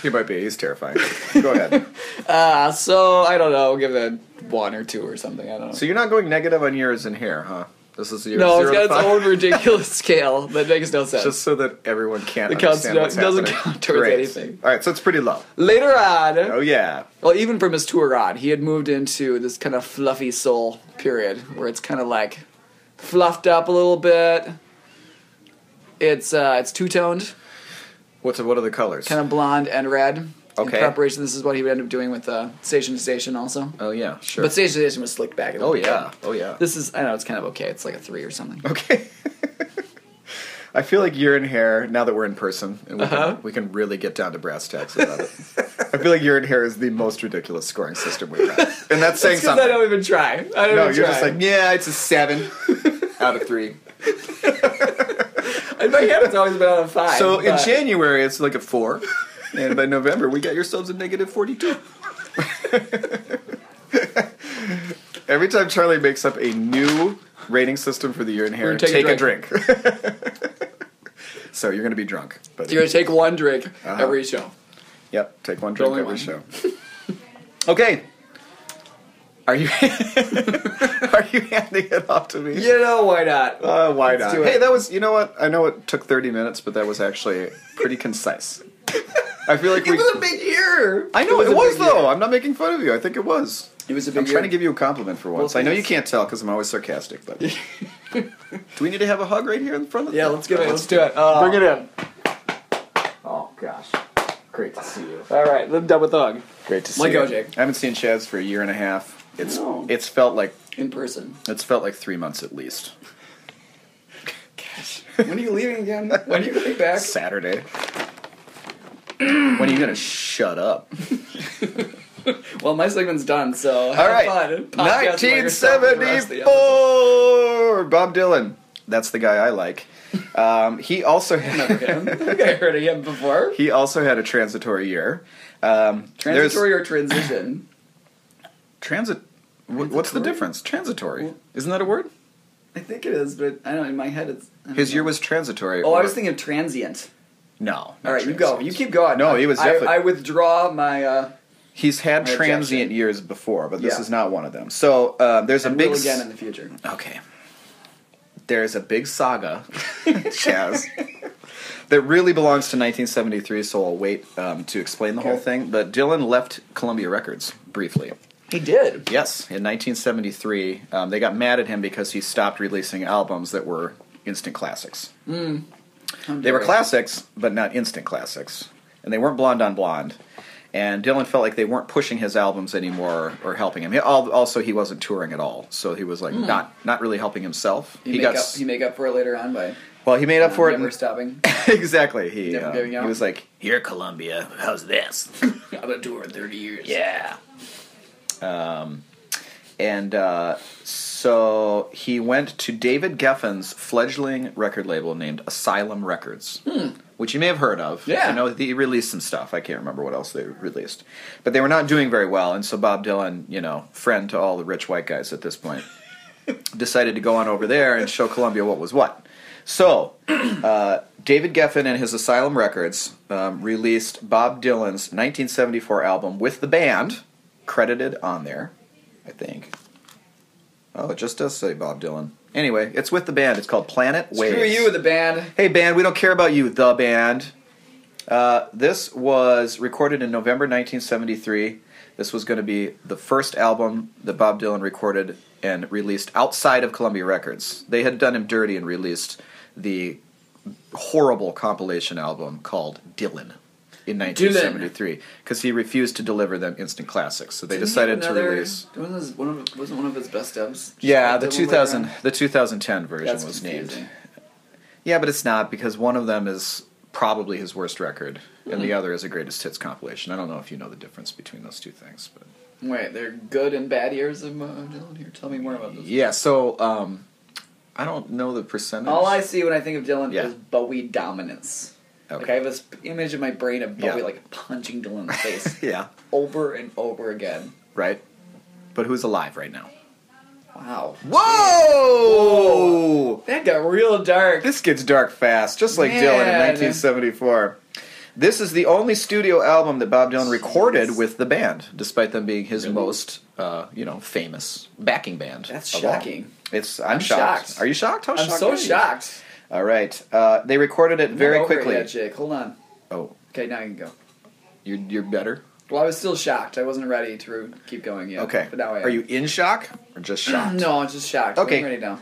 he might be. He's terrifying. Go ahead. Uh, so I don't know. We'll give it a one or two or something. I don't know. So you're not going negative on years in hair, huh? This is year no, it's zero to got its five? own ridiculous scale that makes no sense. Just so that everyone can't It counts- understand what's it doesn't happening. count towards Great. anything. All right, so it's pretty low. Later on, Oh yeah. well, even from his tour on, he had moved into this kind of fluffy soul period where it's kind of like fluffed up a little bit. It's uh, it's two toned, What's what are the colors? kind of blonde and red. Okay. In preparation, this is what he would end up doing with uh, Station to Station also. oh yeah, sure. But Station to Station was slicked back. a oh little bit. yeah, oh yeah. This is I know it's kind of okay. It's like a three or something. Okay. I feel like you're in hair now that we're in person, and we, Uh-huh. can, we can really get down to brass tacks about it. I feel like you're in hair is the most ridiculous scoring system we've had, and that's saying Because I something. don't even try. I don't even No, you're try. just like yeah, it's a seven out of three. In my head, it's always been on a five. So in but- January, it's like a four, and by November, we got yourselves a negative forty-two. Every time Charlie makes up a new rating system for the year in hair, gonna take, take a a drink. so you're gonna be drunk, but Uh-huh. you're gonna take one drink every show. Yep, take one drink Only every one. show. okay. Are you are you handing it off to me? You know why not? Uh, why not? do it. Hey, that was you know what? I know it took thirty minutes, but that was actually pretty concise. I feel like we. It was a big year. I know it was, a big though. year. I'm not making fun of you. I think it was. It was a big I'm year. trying to give you a compliment for once. I know you thanks. can't tell because I'm always sarcastic, but. Do we need to have a hug right here in front of? Yeah, let's get it. Let's do it. Uh, Bring it in. Oh gosh, great to see Uh, you. All right, I'm done with Hug. Great to see Like you. OJ. I haven't seen Chaz for a year and a half. It's No. it's felt like in person. it's felt like three months at least. When are you leaving again? When are you coming back? Saturday. when are you gonna shut up? Well, my segment's done, so All have right, fun. Podcast by yourself for the rest of the 1974. episode. Bob Dylan. That's the guy I like. Um, he also had, I think I heard of him before. he also had a transitory year. Um, there's- Transitory or transition? transit. wh- What's the difference? Transitory. Isn't that a word? I think it is, but I don't. know, In my head, it's. I don't His know. year was transitory. Oh, I or- was thinking of transient. No. not All right, you go. transient. You keep going. No, he was I, definitely- I withdraw my. Uh, He's had Rejection. transient years before, but this Yeah. is not one of them. So uh, there's a and big will s- again in the future. Okay. There's a big saga, Chaz, that really belongs to 1973, so I'll wait um, to explain the whole Okay. thing. But Dylan left Columbia Records briefly. He did. Yes, in 1973, um, they got mad at him because he stopped releasing albums that were instant classics. They were classics, but not instant classics. And they weren't blonde on blonde. And Dylan felt like they weren't pushing his albums anymore or helping him. He, al- also, he wasn't touring at all, so he was like not not really helping himself. Hmm. He, make got up. s- He make up for it later on by well, he made up for it. never in- stopping. exactly. He Never uh, giving he up. was like, "Here, Columbia, how's this?" I've been touring thirty years. Yeah. Um, and uh, so he went to David Geffen's fledgling record label named Asylum Records, which you may have heard of. Yeah. I know that he released some stuff. I can't remember what else they released. But they were not doing very well, and so Bob Dylan, you know, friend to all the rich white guys at this point, decided to go on over there and show Columbia what was what. So, uh, David Geffen and his Asylum Records um, released Bob Dylan's 1974 album with the band credited on there, I think. Oh, it just does say Bob Dylan. Anyway, it's with the band. It's called Planet Waves. Screw you, the band. Hey, band, we don't care about you, the band. Uh, this was recorded in November 1973. This was going to be the first album that Bob Dylan recorded and released outside of Columbia Records. They had done him dirty and released the horrible compilation album called Dylan in 1973 because he refused to deliver them instant classics. So they Didn't he have decided to another- release. Wasn't his- one of, wasn't one of his best dubs? Yeah, the Dylan 2000 later on? the 2010 version That's was named. confusing. Yeah, but it's not because one of them is probably his worst record, and Mm-hmm. the other is a greatest hits compilation. I don't know if you know the difference between those two things, but Wait, they're good and bad years of uh, Dylan. Here, tell me more about this. yeah. So um, I don't know the percentage. All I see when I think of Dylan Yeah. is Bowie dominance. Like I okay. have this image in my brain of Yeah. Bowie like punching Dylan in the face yeah, over and over again. right. But who's alive right now? Wow, Whoa! that got real dark. This gets dark fast, just like Dylan in Man. 1974. This is the only studio album that Bob Dylan recorded with the band, despite them being his most, uh, you know, famous backing band. That's of all. shocking. It's I'm, shocked. shocked. Are you shocked? How I'm shocked so are you? shocked. All right, uh, they recorded it I'm very not over it quickly. yet, Jake, hold on. oh, Okay, now you can go. you're you're better. Well, I was still shocked. I wasn't ready to keep going yet. Okay. but now I am. Are you in shock or just shocked? No, I'm just shocked. Okay. I'm ready now.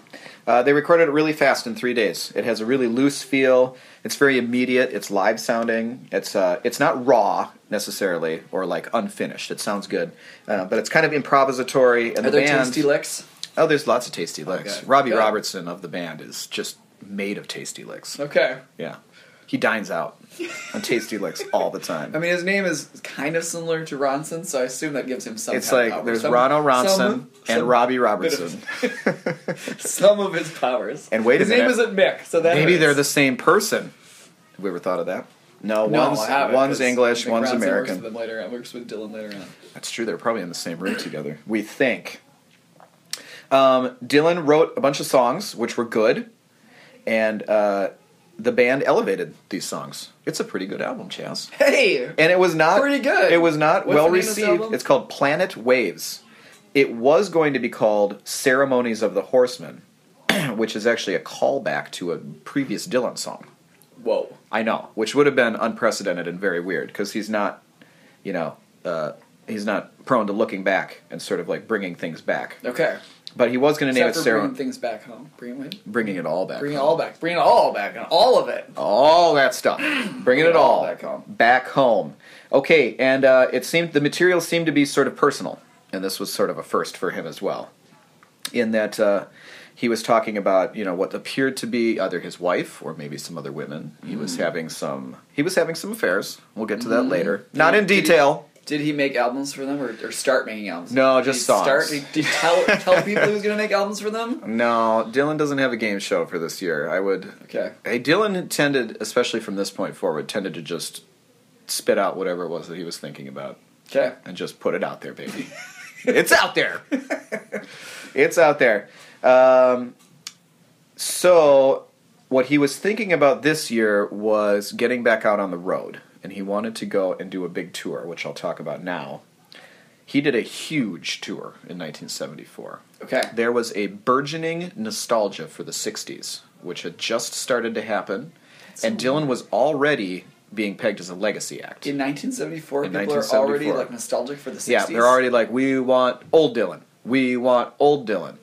Uh, they recorded it really fast in three days. It has a really loose feel. It's very immediate. It's live sounding. It's uh, it's not raw necessarily or like unfinished. It sounds good, uh, but it's kind of improvisatory. And Are the there band, tasty licks? oh, there's lots of tasty licks. Okay. Robbie Good. Robertson of the band is just made of tasty licks. Okay. Yeah, he dines out on tasty licks all the time. I mean, his name is kind of similar to Ronson, so I assume that gives him some. it's kind of like power. there's Some- Ronald Ronson some- and some- Robbie Robertson. some of his powers. And wait a his minute. His name isn't Mick, so that Maybe hurts. they're the same person. Have we ever thought of that? No, No, one's, I haven't, one's 'cause English, Mick one's Ronson American. Works with, them later on, works with Dylan later on. That's true. They're probably in the same room together. We think. Um, Dylan wrote a bunch of songs, which were good, and uh, the band elevated these songs. It's a pretty good album, Chaz. Hey, And it was not Pretty good. It was not What's well the name of this received. album? It's called Planet Waves. It was going to be called Ceremonies of the Horsemen, which is actually a callback to a previous Dylan song. whoa. I know, which would have been unprecedented and very weird because he's not, you know, uh, he's not prone to looking back and sort of like bringing things back. Okay. But he was going to name it Except for Ceremony, bringing things back home. Bring it with- bringing it all back, Bring it all back. Bring it all back. And all of it. all that stuff, bringing it all back home. back home. Okay, and uh, it seemed the material seemed to be sort of personal, and this was sort of a first for him as well, in that uh, he was talking about you know what appeared to be either his wife or maybe some other women. He was Mm-hmm. having some he was having some affairs. We'll get to that later, not in detail. Did he make albums for them or, or start making albums? No, Did he just songs. Start, did he tell, tell people he was going to make albums for them? No, Dylan doesn't have a game show for this year. I would Okay. Hey, Dylan tended, especially from this point forward, tended to just spit out whatever it was that he was thinking about Okay. and just put it out there, baby. it's out there. it's out there. Um, so, what he was thinking about this year was getting back out on the road, and he wanted to go and do a big tour, which I'll talk about now. He did a huge tour in 1974. Okay. There was a burgeoning nostalgia for the 60s, which had just started to happen, and Dylan was already being pegged as a legacy act. In 1974, In people are already 1974. like nostalgic for the 60s. Yeah, they're already like, we want old Dylan. We want old Dylan.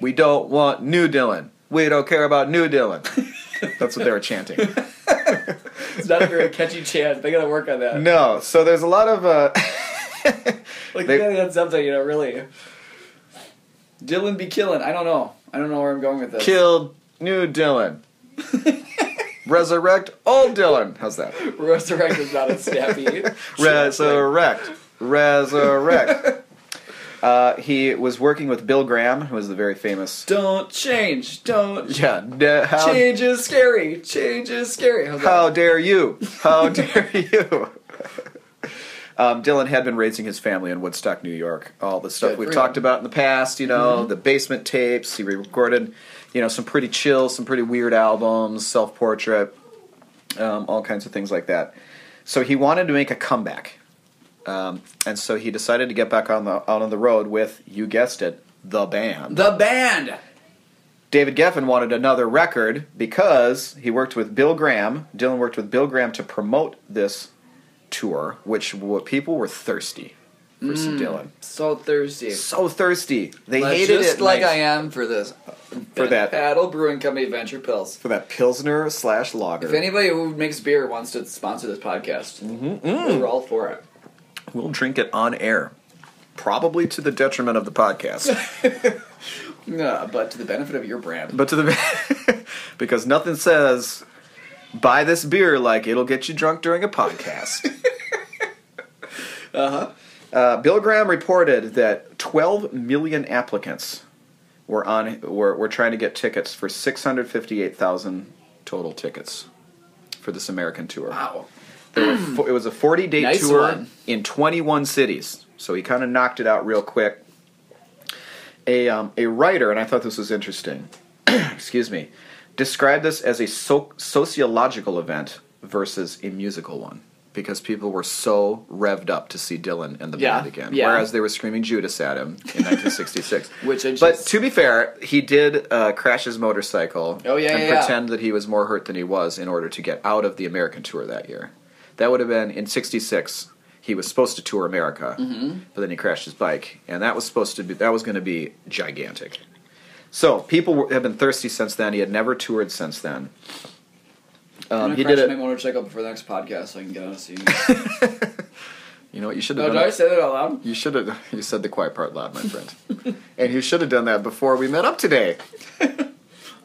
We don't want new Dylan. We don't care about new Dylan. That's what they were chanting. It's not a very catchy chant. They got to work on that. No, so there's a lot of. Uh, Like They- they gotta get something, you know, really. Dylan be killing. I don't know. I don't know where I'm going with this. killed new Dylan. Resurrect old Dylan. How's that? Resurrect is not a snappy. Resurrect. Resurrect. Uh, he was working with Bill Graham, who was the very famous. don't change. Don't Yeah. d- how change is scary. Change is scary. How's that? How dare you? How dare you? Um, Dylan had been raising his family in Woodstock, New York. All the stuff Good we've for Mm-hmm. talked about in the past, you know, the basement tapes. He recorded, you know, some pretty chill, some pretty weird albums, self portrait, um, all kinds of things like that. So he wanted to make a comeback, um, and so he decided to get back on the out on the road with, you guessed it, the band. The band. David Geffen wanted another record because he worked with Bill Graham. Dylan worked with Bill Graham to promote this tour, which w- people were thirsty for Mm. some Dylan. So thirsty. So thirsty. They Like, hated just it. like Nice. I am for this. For that. Paddle Brewing Company Adventure Pills. For that Pilsner slash lager. If anybody who makes beer wants to sponsor this podcast, Mm-hmm, mm. we're all for it. we'll drink it on air. Probably to the detriment of the podcast. Yeah, Uh, but to the benefit of your brand. but to the. because nothing says buy this beer like it'll get you drunk during a podcast. Uh huh. Uh, Bill Graham reported that 12 million applicants were on were, were trying to get tickets for 658,000 total tickets for this American tour. Wow. There were fo- it was a 40 day Nice tour one. in 21 cities, so he kind of knocked it out real quick. A um, a writer, and I thought this was interesting. excuse me, described this as a so- sociological event versus a musical one because people were so revved up to see Dylan and the Yeah, band again, yeah. whereas they were screaming Judas at him in 1966. Which I but just- to be fair, he did uh, crash his motorcycle. Oh, yeah, and yeah, yeah. pretend that he was more hurt than he was in order to get out of the American tour that year. That would have been in '66. He was supposed to tour America, Mm-hmm. but then he crashed his bike, and that was supposed to be that was going to be gigantic. So people were, have been thirsty since then. He had never toured since then. I'm Um, gonna he crash did my it. motorcycle before the next podcast so I can get on a scene. You know what? You should no, have Oh, done. did I That. say that out loud? You should have. You said the quiet part loud, my friend. and you should have done that before we met up today.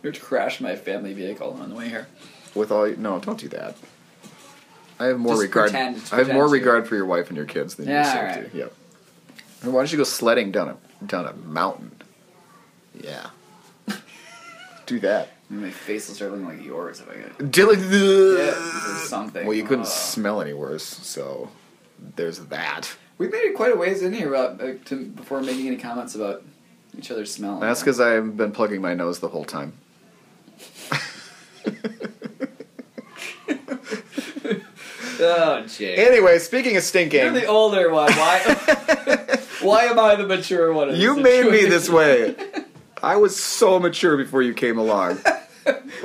You crashed my family vehicle on the way here. With all no, don't do that. I have more Just regard. pretend- just I have more pretend to. regard for your wife and your kids than Yeah, you all seem right. to. Yep. And why don't you go sledding down a down a mountain? Yeah. do that, And my face will start looking like yours if I get Dylan. or something. Well, you couldn't Uh, smell any worse, so there's that. we made it quite a ways in here about uh, to, before making any comments about each other's smell. That's because I've been plugging my nose the whole time. Oh, Jake. Anyway, speaking of stinking, You're the older one. Why? Why am I the mature one? in this You made me situation? this way. I was so mature before you came along.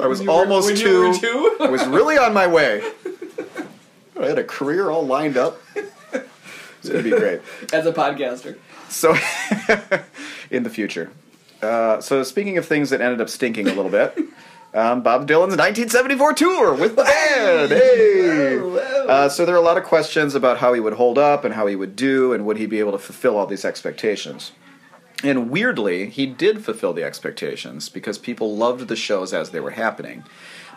I was When you were- almost when two. you were two? I was really on my way. I had a career all lined up. It's gonna be great. as a podcaster. So, in the future. Uh, so, speaking of things that ended up stinking a little bit, um, Bob Dylan's 1974 tour with the band. Hey! Uh, so, there are a lot of questions about how he would hold up and how he would do and would he be able to fulfill all these expectations. And weirdly, he did fulfill the expectations because people loved the shows as they were happening.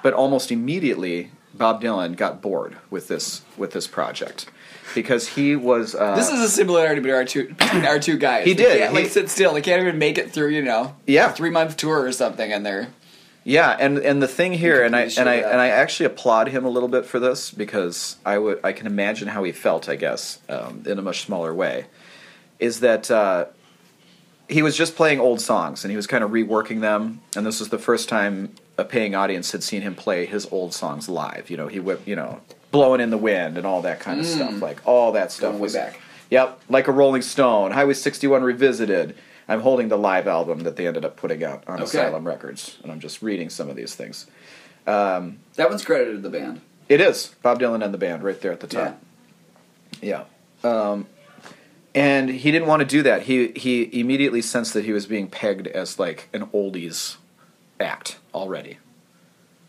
But almost immediately, Bob Dylan got bored with this with this project because he was uh, This is a similarity between our two between our two guys. He They did. can't, He- like sit still. They can't even make it through. You know, Yeah. a three month tour or something, and they're Yeah, and and the thing here, and I completely and I shut up. and I actually applaud him a little bit for this because I would I can imagine how he felt, I guess, um, in a much smaller way, is that uh, he was just playing old songs and he was kind of reworking them, and this was the first time a paying audience had seen him play his old songs live. You know, he whipped, you know, blowing in the wind and all that kind of stuff, like all that stuff Mm. Going way was back. Yep, like a Rolling Stone, Highway 61 revisited. I'm holding the live album that they ended up putting out on Asylum Records, and I'm just reading some of these things. That one's credited to the band. It is Bob Dylan and the band right there at the top. Yeah. Um, and he didn't want to do that. He he immediately sensed that he was being pegged as like an oldies act already.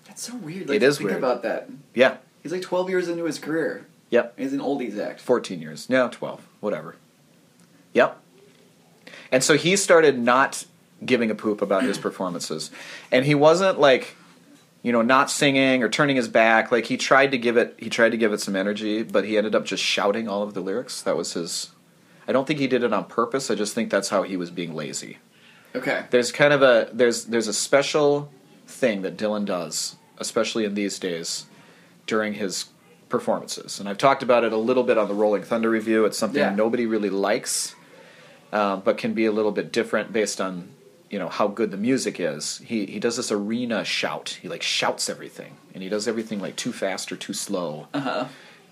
That's so weird. It Like, is think weird. about that. Yeah. He's like 12 years into his career. Yep. He's an oldies act. 14 years. No, 12. Whatever. Yep. And so he started not giving a poop about his performances. And he wasn't like, you know, not singing or turning his back. Like he tried to give it he tried to give it some energy, but he ended up just shouting all of the lyrics. That was his I don't think he did it on purpose. I just think that's how he was being lazy Okay. there's kind of a there's there's a special thing that Dylan does, especially in these days, during his performances. And I've talked about it a little bit on the Rolling Thunder review. It's something Yeah. nobody really likes, uh, but can be a little bit different based on you know how good the music is. He he does this arena shout. He like shouts everything, and he does everything like too fast or too slow.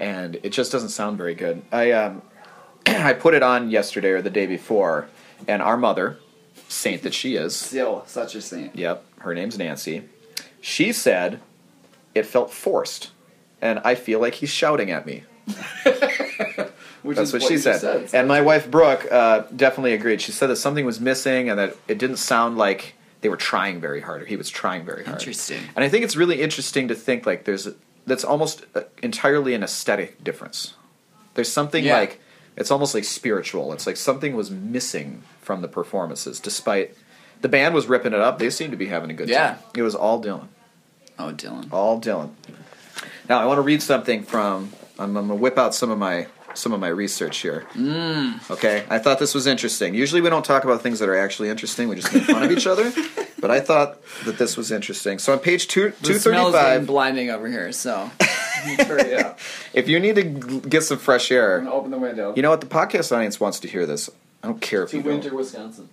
And it just doesn't sound very good. I um, I put it on yesterday or the day before, and our mother, saint that she is, Still such a saint. Yep, her name's Nancy. She said it felt forced, and I feel like he's shouting at me. Which That's is what, what she you said. just said. And my wife Brooke uh, definitely agreed. She said that something was missing and that it didn't sound like they were trying very hard, or he was trying very hard. Interesting. And I think it's really interesting to think like there's that's almost uh, entirely an aesthetic difference. There's something Yeah. like it's almost like spiritual. It's like something was missing from the performances, despite the band was ripping it up. They seemed to be having a good Yeah. time. It was all Dylan. oh Dylan. All Dylan. Now I want to read something from. I'm, I'm gonna whip out some of my some of my research here. Mm. Okay, I thought this was interesting. Usually we don't talk about things that are actually interesting. We just make fun of each other. But I thought that this was interesting. So on page two two The smell thirty is getting five, blinding over here. So Hurry up. if you need to g- get some fresh air, And open the window. you know what? The podcast audience wants to hear this. I don't care if to you Winter, don't. Wisconsin.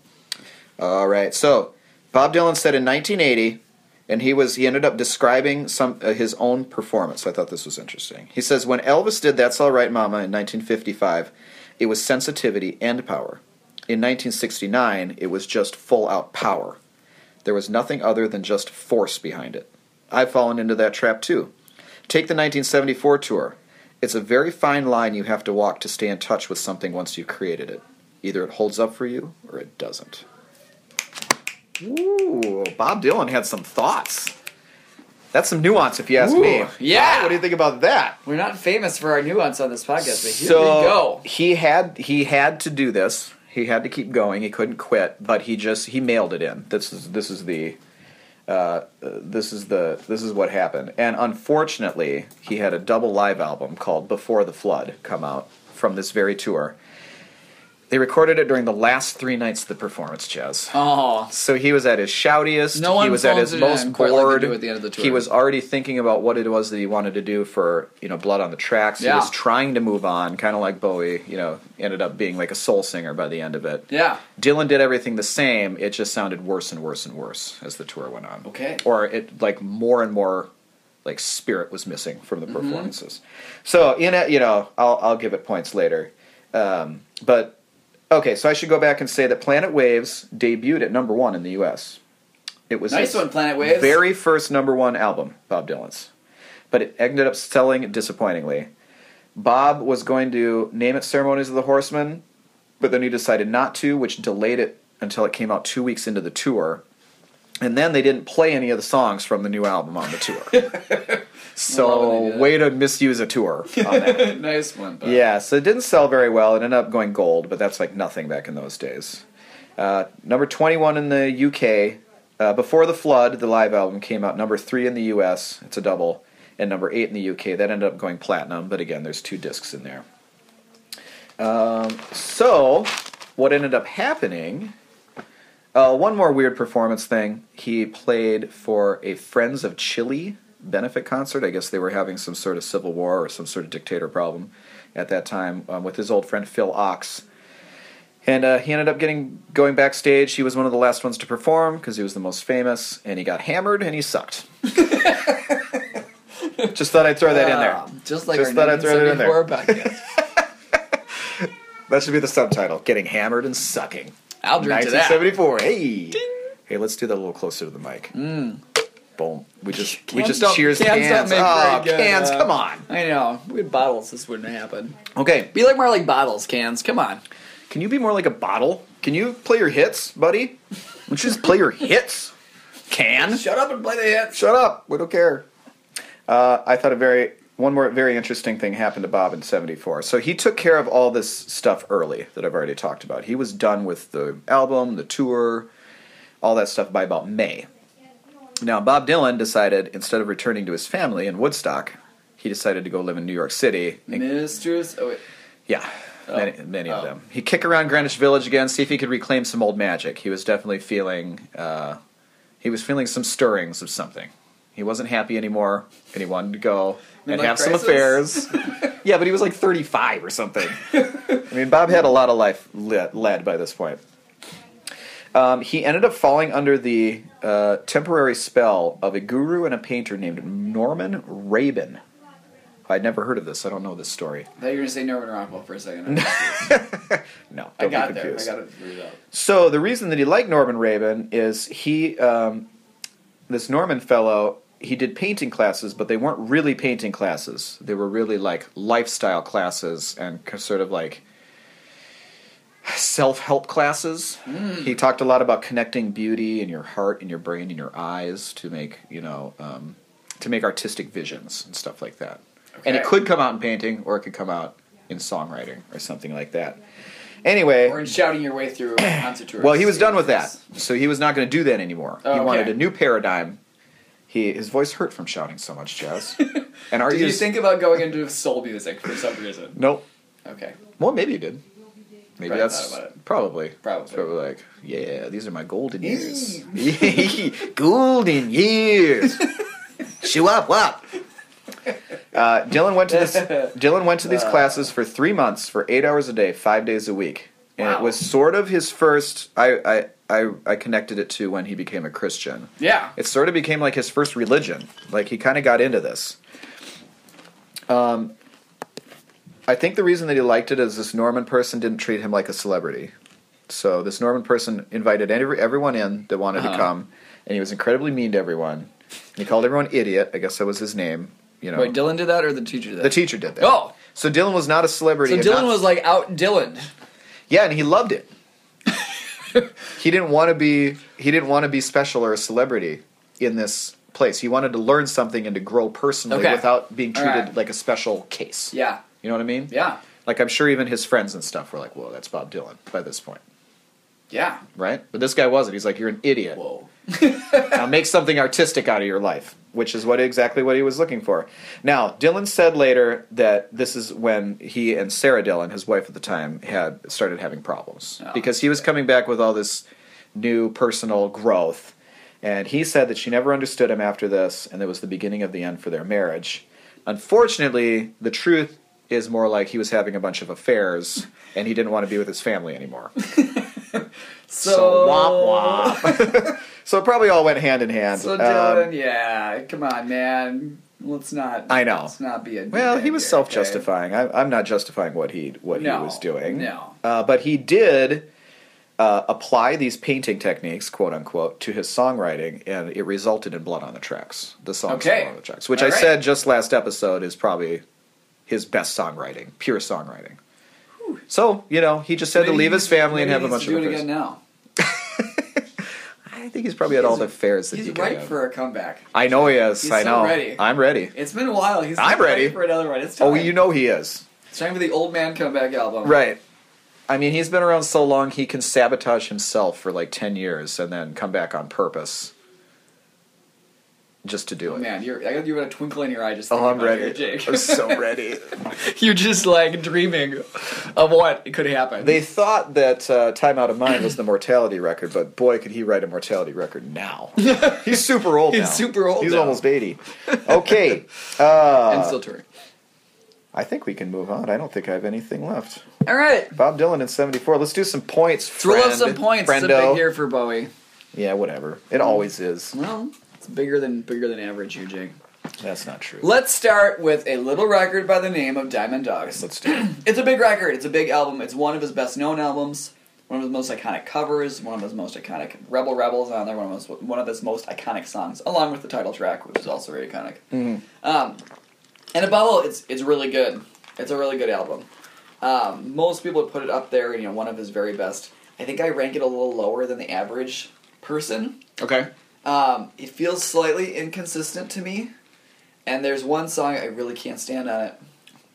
All right. So Bob Dylan said in 1980, and he was he ended up describing some uh, his own performance. I thought this was interesting. He says when Elvis did "That's All Right, Mama" in 1955, it was sensitivity and power. In 1969, it was just full out power. There was nothing other than just force behind it. I've fallen into that trap too. Take the 1974 tour. It's a very fine line you have to walk to stay in touch with something once you've created it. Either it holds up for you or it doesn't. Ooh, Bob Dylan had some thoughts. That's some nuance, if you ask me. Ooh, yeah. What do you think about that? we're not famous for our nuance on this podcast, but here so we go. he had he had to do this. He had to keep going. He couldn't quit, but he just he mailed it in. This is this is the uh, this is the this is what happened. And unfortunately, he had a double live album called Before the Flood come out from this very tour. They recorded it during the last three nights of the performance, Jazz. Oh, So he was at his shoutiest. No one he was at phones his it most in quite like they bored. do at the end of the tour. He was already thinking about what it was that he wanted to do for you know Blood on the Tracks. Yeah. He was trying to move on, kind of like Bowie. You know, ended up being like a soul singer by the end of it. yeah. Dylan did everything the same. It just sounded worse and worse and worse as the tour went on. Okay. Or it like more and more like spirit was missing from Mm-hmm. the performances. So in it, you know, I'll I'll give it points later. Um, but okay, so I should go back and say that Planet Waves debuted at number one in the U.S. It was Nice his one, Planet Waves. very first number one album, Bob Dylan's, but it ended up selling disappointingly. Bob was going to name it Ceremonies of the Horsemen, but then he decided not to, which delayed it until it came out two weeks into the tour. And then they didn't play any of the songs from the new album on the tour. Well, they so, did. way to misuse a tour on that. nice one. Bob. yeah, so it didn't sell very well. It ended up going gold, but that's like nothing back in those days. Uh, number 21 in the UK. Uh, Before the Flood, the live album came out number three in the US. It's a double. And number eight in the UK. That ended up going platinum, but again, there's two discs in there. Um, So, what ended up happening? Uh, one more weird performance thing. He played for a Friends of Chile benefit concert. I guess they were having some sort of civil war or some sort of dictator problem at that time um, with his old friend Phil Ox. And uh, he ended up getting going backstage. He was one of the last ones to perform because he was the most famous, and he got hammered and he sucked. Just thought I'd throw that in there. Um, Just like Just our thought I'd throw it in there. 1974 podcast. That should be the subtitle: "Getting Hammered and Sucking." I'll drink to that. 1974. Hey, hey, let's do that a little closer to the mic. Boom. We just we Hmm. Cans just don't- cheers cans cans. don't make Oh, very good, cans! uh, come on. I know. We had bottles. This wouldn't happen. Okay, Be like more like bottles, cans. Come on. can you be more like a bottle? Can you play your hits, buddy? Why don't you just play your hits? Can Shut up and play the hits. shut up. We don't care. Uh, I thought a very one more very interesting thing happened to Bob in '74. So he took care of all this stuff early that I've already talked about. He was done with the album, the tour, all that stuff by about May. Now Bob Dylan decided instead of returning to his family in Woodstock, he decided to go live in New York City. and- Mistress. Oh wait. yeah, many, many of them. He'd kick around Greenwich Village again, see if he could reclaim some old magic. He was definitely feeling, uh, he was feeling some stirrings of something. He wasn't happy anymore, and he wanted to go and Midlife have some crisis? affairs. yeah, but he was like 35 or something. I mean, Bob had a lot of life le- led by this point. Um, he ended up falling under the uh, temporary spell of a guru and a painter named Norman Rabin. I'd never heard of this. I don't know this story. I thought you were gonna say Norman Rockwell for a second. I No, I don't got be there. I confused. got it figured out. So the reason that he liked Norman Rabin is he, um, this Norman fellow, he did painting classes, but they weren't really painting classes. They were really like lifestyle classes and c- sort of like self help classes. Hmm. He talked a lot about connecting beauty in your heart, in your brain, in your eyes to make you know um, to make artistic visions and stuff like that. And it Okay. could come out in painting, or it could come out in songwriting or something like that. Anyway, Or in shouting your way through concert tours. well, he was done with that, so he was not going to do that anymore. Oh, he okay. wanted a new paradigm. He his voice hurt from shouting so much jazz. and our Did you ears, think about going into soul music for some reason? nope. Okay. Well, maybe he did. Maybe Probably that's thought about it. probably Probably. It's probably like yeah, these are my golden years. golden years. Show up, up. Uh, Dylan went to this. Dylan went to these Uh. classes for three months, for eight hours a day, five days a week, and it Wow. was sort of his first. I, I I I connected it to when he became a Christian. Yeah. It sort of became like his first religion. Like he kind of got into this. Um, I think the reason that he liked it is this Norman person didn't treat him like a celebrity. So this Norman person invited every, everyone in that wanted Uh-huh. to come, and he was incredibly mean to everyone. He called everyone idiot. I guess that was his name. You know, Oh. Wait, Dylan did that or the teacher did that? the teacher did that. Oh. so Dylan was not a celebrity. So and Dylan not- was like out Dylan. yeah, and he loved it. he didn't want to be he didn't want to be special or a celebrity in this place. He wanted to learn something and to grow personally Okay. without being All treated right. like a special case. Yeah. You know what I mean? Yeah. Like I'm sure even his friends and stuff were like, "Whoa, that's Bob Dylan." By this point, Yeah. right? But this guy wasn't. He's like, "You're an idiot. Whoa. Now make something artistic out of your life," which is what exactly what he was looking for. Now, Dylan said later that this is when he and Sarah Dylan, his wife at the time, had started having problems Oh, because he was coming back with all this new personal growth, and he said that she never understood him after this, and that was the beginning of the end for their marriage. Unfortunately, the truth is more like he was having a bunch of affairs and he didn't want to be with his family anymore. So, womp womp. so it probably all went hand in hand. So Um, Dylan, yeah, come on, man. Let's not. I know. Let's not be a. Well, dickhead he was here, self-justifying. I, I'm not justifying what he what No, he was doing. no. uh, but he did uh, apply these painting techniques, quote unquote, to his songwriting, and it resulted in "Blood on the Tracks," the song Okay. "Blood on the Tracks," which All I right. said just last episode is probably his best songwriting, pure songwriting. So you know, he just had okay? to Maybe leave his he's- family and maybe have a he needs bunch to of do it again affairs. now. I think he's probably at all the fairs that He's he could ripe have. for a comeback. I know he is. He's I know. so ready. I'm ready. It's been a while. He's I'm not ready. for another one. It's time. Oh, you know he is. It's time for the old man comeback album. Right. I mean, he's been around so long he can sabotage himself for like 10 years and then come back on purpose just to do Oh, it. man, you're, I got you had a twinkle in your eye just. Oh, thinking I'm about ready. it, Jake. I'm so ready. You're just like dreaming of what could happen. they thought that uh, Time Out of Mind was the mortality record, but boy, could he write a mortality record now. he's super old He's now. super old He's now. almost 80. Okay. and Uh, still touring. I think we can move on. I don't think I have anything left. All right, Bob Dylan in 74. Let's do some points. throw friend, up some points. It's a friendo. big year for Bowie. Yeah, whatever. It always is. Well, it's bigger than bigger than average, you Jake. That's not true. Let's start with a little record by the name of Diamond Dogs. Let's do it. It's a big record. It's a big album. It's one of his best known albums. One of his most iconic covers. One of his most iconic Rebel Rebels on there. One of his one of his most iconic songs, along with the title track, which is also very iconic. Um, and above all, it's it's really good. It's a really good album. Um, most people would put it up there, you know, one of his very best. I think I rank it a little lower than the average person. Okay. Um, it feels slightly inconsistent to me, and there's one song I really can't stand on it.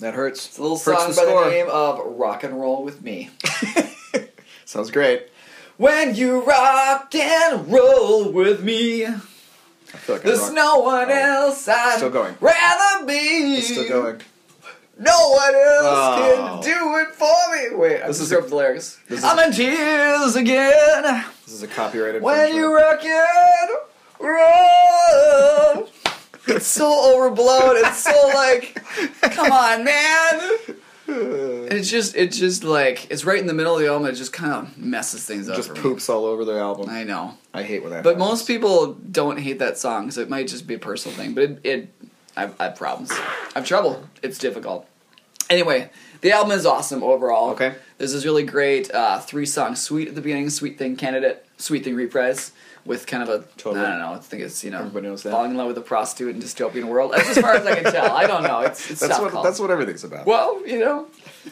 That hurts. It's a little Hurts song by the name of "Rock and Roll with Me." Sounds great. When you rock and roll with me, I feel like I there's rocked- no one else I'd Oh. Still going. rather be. It's still going. No one Oh. else can do it for me. Wait, I This this is is up the lyrics. this is- I'm in tears again This is a copyrighted. when infringement. you rock and roll. It's so overblown. It's so like, come on, man. And it's just, it's just like, it's right in the middle of the album. It just kind of messes things up. just for me. poops all over the album. I, I know, hate when that. but happens. most people don't hate that song, so it might just be a personal thing. But it, it I've, I've problems. I've trouble. It's difficult. Anyway, the album is awesome overall. Okay. There's this really great uh, three song suite at the beginning, Sweet Thing Candidate, Sweet Thing Reprise, with kind of a Totally. I don't know, I think it's, you know, Everybody knows that. falling in love with a prostitute in dystopian world. That's as far as I can tell. I don't know. It's, it's that's tough what call. that's what everything's about. Well, you know,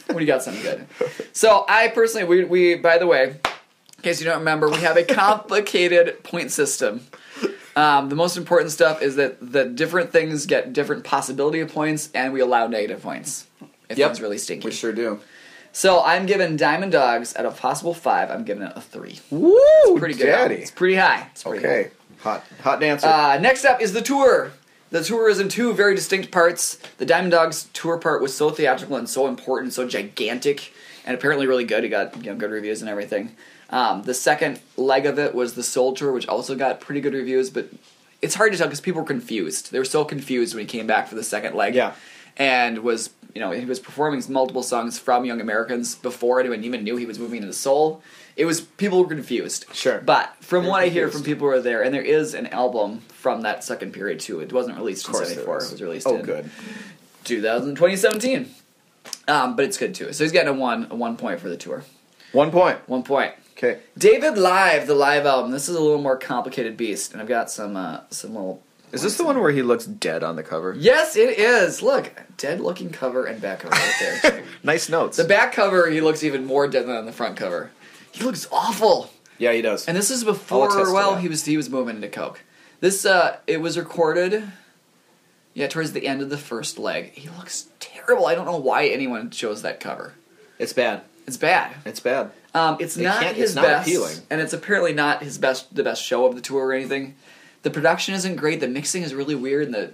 when you got something good. So I personally, we, we by the way, in case you don't remember, we have a complicated point system. Um, the most important stuff is that the different things get different possibility of points, and we allow negative points if Yep. things really stinky. we sure do. so I'm giving Diamond Dogs out of possible five. I'm giving it a three. Woo, Pretty good. daddy. It's pretty high. It's pretty okay, hot hot dancer. uh, next up is the tour. The tour is in two very distinct parts. The Diamond Dogs tour part was so theatrical and so important, so gigantic, and apparently really good. It got you know, good reviews and everything. Um, the second leg of it was the Soul tour, which also got pretty good reviews, but it's hard to tell because people were confused. They were so confused when he came back for the second leg. Yeah. And was you know he was performing multiple songs from Young Americans before anyone even knew he was moving into soul. It was people were confused. Sure. But from They're what I hear confused. from people who are there, and there is an album from that second period too. It wasn't released in Of course there '74. is. It was released Oh, in good. 2000, 2017. Um, but it's good too. So he's getting a one, a one point for the tour. One point. One point. Okay. David Live, the live album. This is a little more complicated beast, and I've got some uh, some little. Is this the one where he looks dead on the cover? Yes, it is. Look, dead looking cover and back cover right there. Nice notes. the back cover, he looks even more dead than on the front cover. He looks awful. yeah, he does. And this is I'll attest before to well that. he was he was moving into coke. This uh it was recorded yeah towards the end of the first leg. He looks terrible. I don't know why anyone chose that cover. it's bad. It's bad. It's bad. Um, it's It not can't- his it's not best, appealing. and it's apparently not his best the best show of the tour or anything. The production isn't great. The mixing is really weird, and the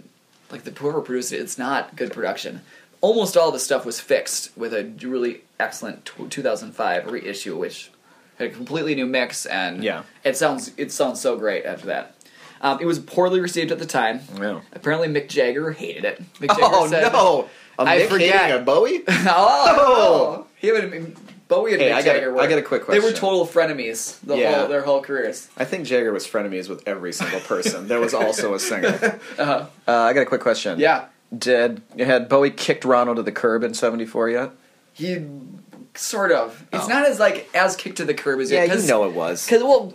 like the whoever produced it, it's not good production. Almost all of the stuff was fixed with a really excellent tw 2005 reissue, which had a completely new mix, and Yeah. it sounds it sounds so great after that. Um, it was poorly received at the time. Yeah. Apparently, Mick Jagger hated it. Mick Jagger Oh said, "Oh, no! A I Mick forget. hating a Bowie. oh, he would Bowie and Hey, Mick I got a- Jagger were. I got a quick They were question. total frenemies the Yeah. whole their whole careers. I think Jagger was frenemies with every single person. there was also a singer. Uh, I got a quick question. Uh-huh. Yeah. Did had Bowie kicked Ronald to the curb in '74 yet? He sort of. It's Oh. not as like as kicked to the curb as Yeah, yet, you 'cause- know it was. Because well,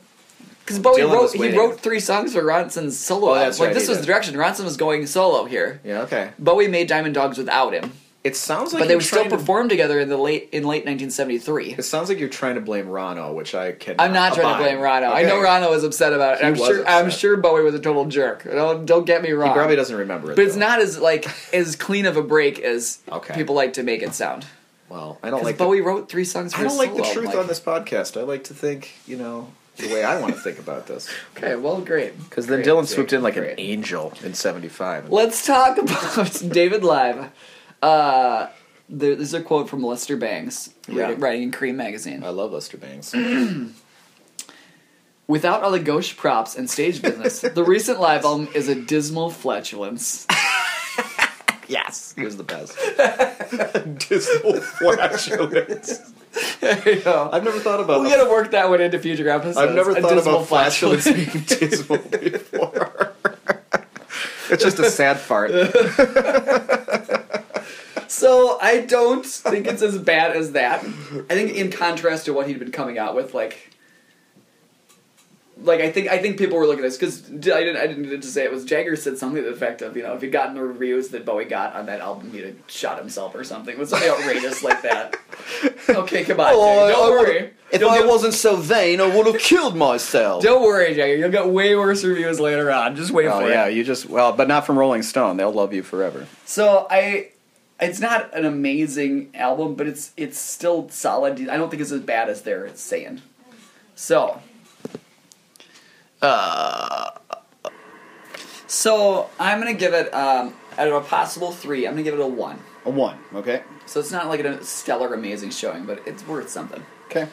because Bowie Dylan was wrote he waiting. wrote three songs for Ronson's Oh, solo. album. that's like right, this he was did. the direction Ronson was going solo here. Yeah. Okay. Bowie made Diamond Dogs without him, It sounds like but they you're would still trying to- perform together in the late in late 1973. It sounds like you're trying to blame Rano, which I can. I'm not trying to blame Rano. I know Rano was upset about it. He I'm was sure. I'm upset. sure Bowie was a total jerk. Don't, don't get me wrong. He probably doesn't remember it. But it's though. not as like as clean of a break as Okay. people like to make it sound. Well, I don't Because like. Bowie wrote three songs the, for I don't his like the solo, truth like- on this podcast. I like to think, you know, the way I want to think about this. Okay, well, great. Because then Great, Dylan great, swooped in like great. an angel in '75. Let's talk about David Live. Uh, there, this is a quote from Lester Bangs, Yeah. Uh, writing in Cream magazine. I love Lester Bangs. Without all the gauche props and stage business, the recent live album is a dismal flatulence. yes, he was the best. Dismal flatulence. You know? I've never thought about. we the- gotta work that one into future episodes. I've never A thought dismal about flatulence being dismal before. it's just a sad fart. So I don't think it's as bad as that. I think in contrast to what he'd been coming out with, like, like I think I think people were looking at this because I didn't I didn't get to say it was Jagger said something to the effect of you know if he'd gotten the reviews that Bowie got on that album he'd have shot himself or something. It was something outrageous like that. Okay, come Oh, on, Jagger, don't worry. You'll get- wasn't so vain, I would have killed myself. don't worry, Jagger. You'll get way worse reviews later on. Just wait Oh for yeah, it. you just well, but not from Rolling Stone. They'll love you forever. So I, it's not an amazing album, but it's it's still solid. I don't think it's as bad as they're saying. So, uh, so I'm gonna give it um, out of a possible three. I'm gonna give it a one. A one, okay, So it's not like a stellar, amazing showing, but it's worth something. okay.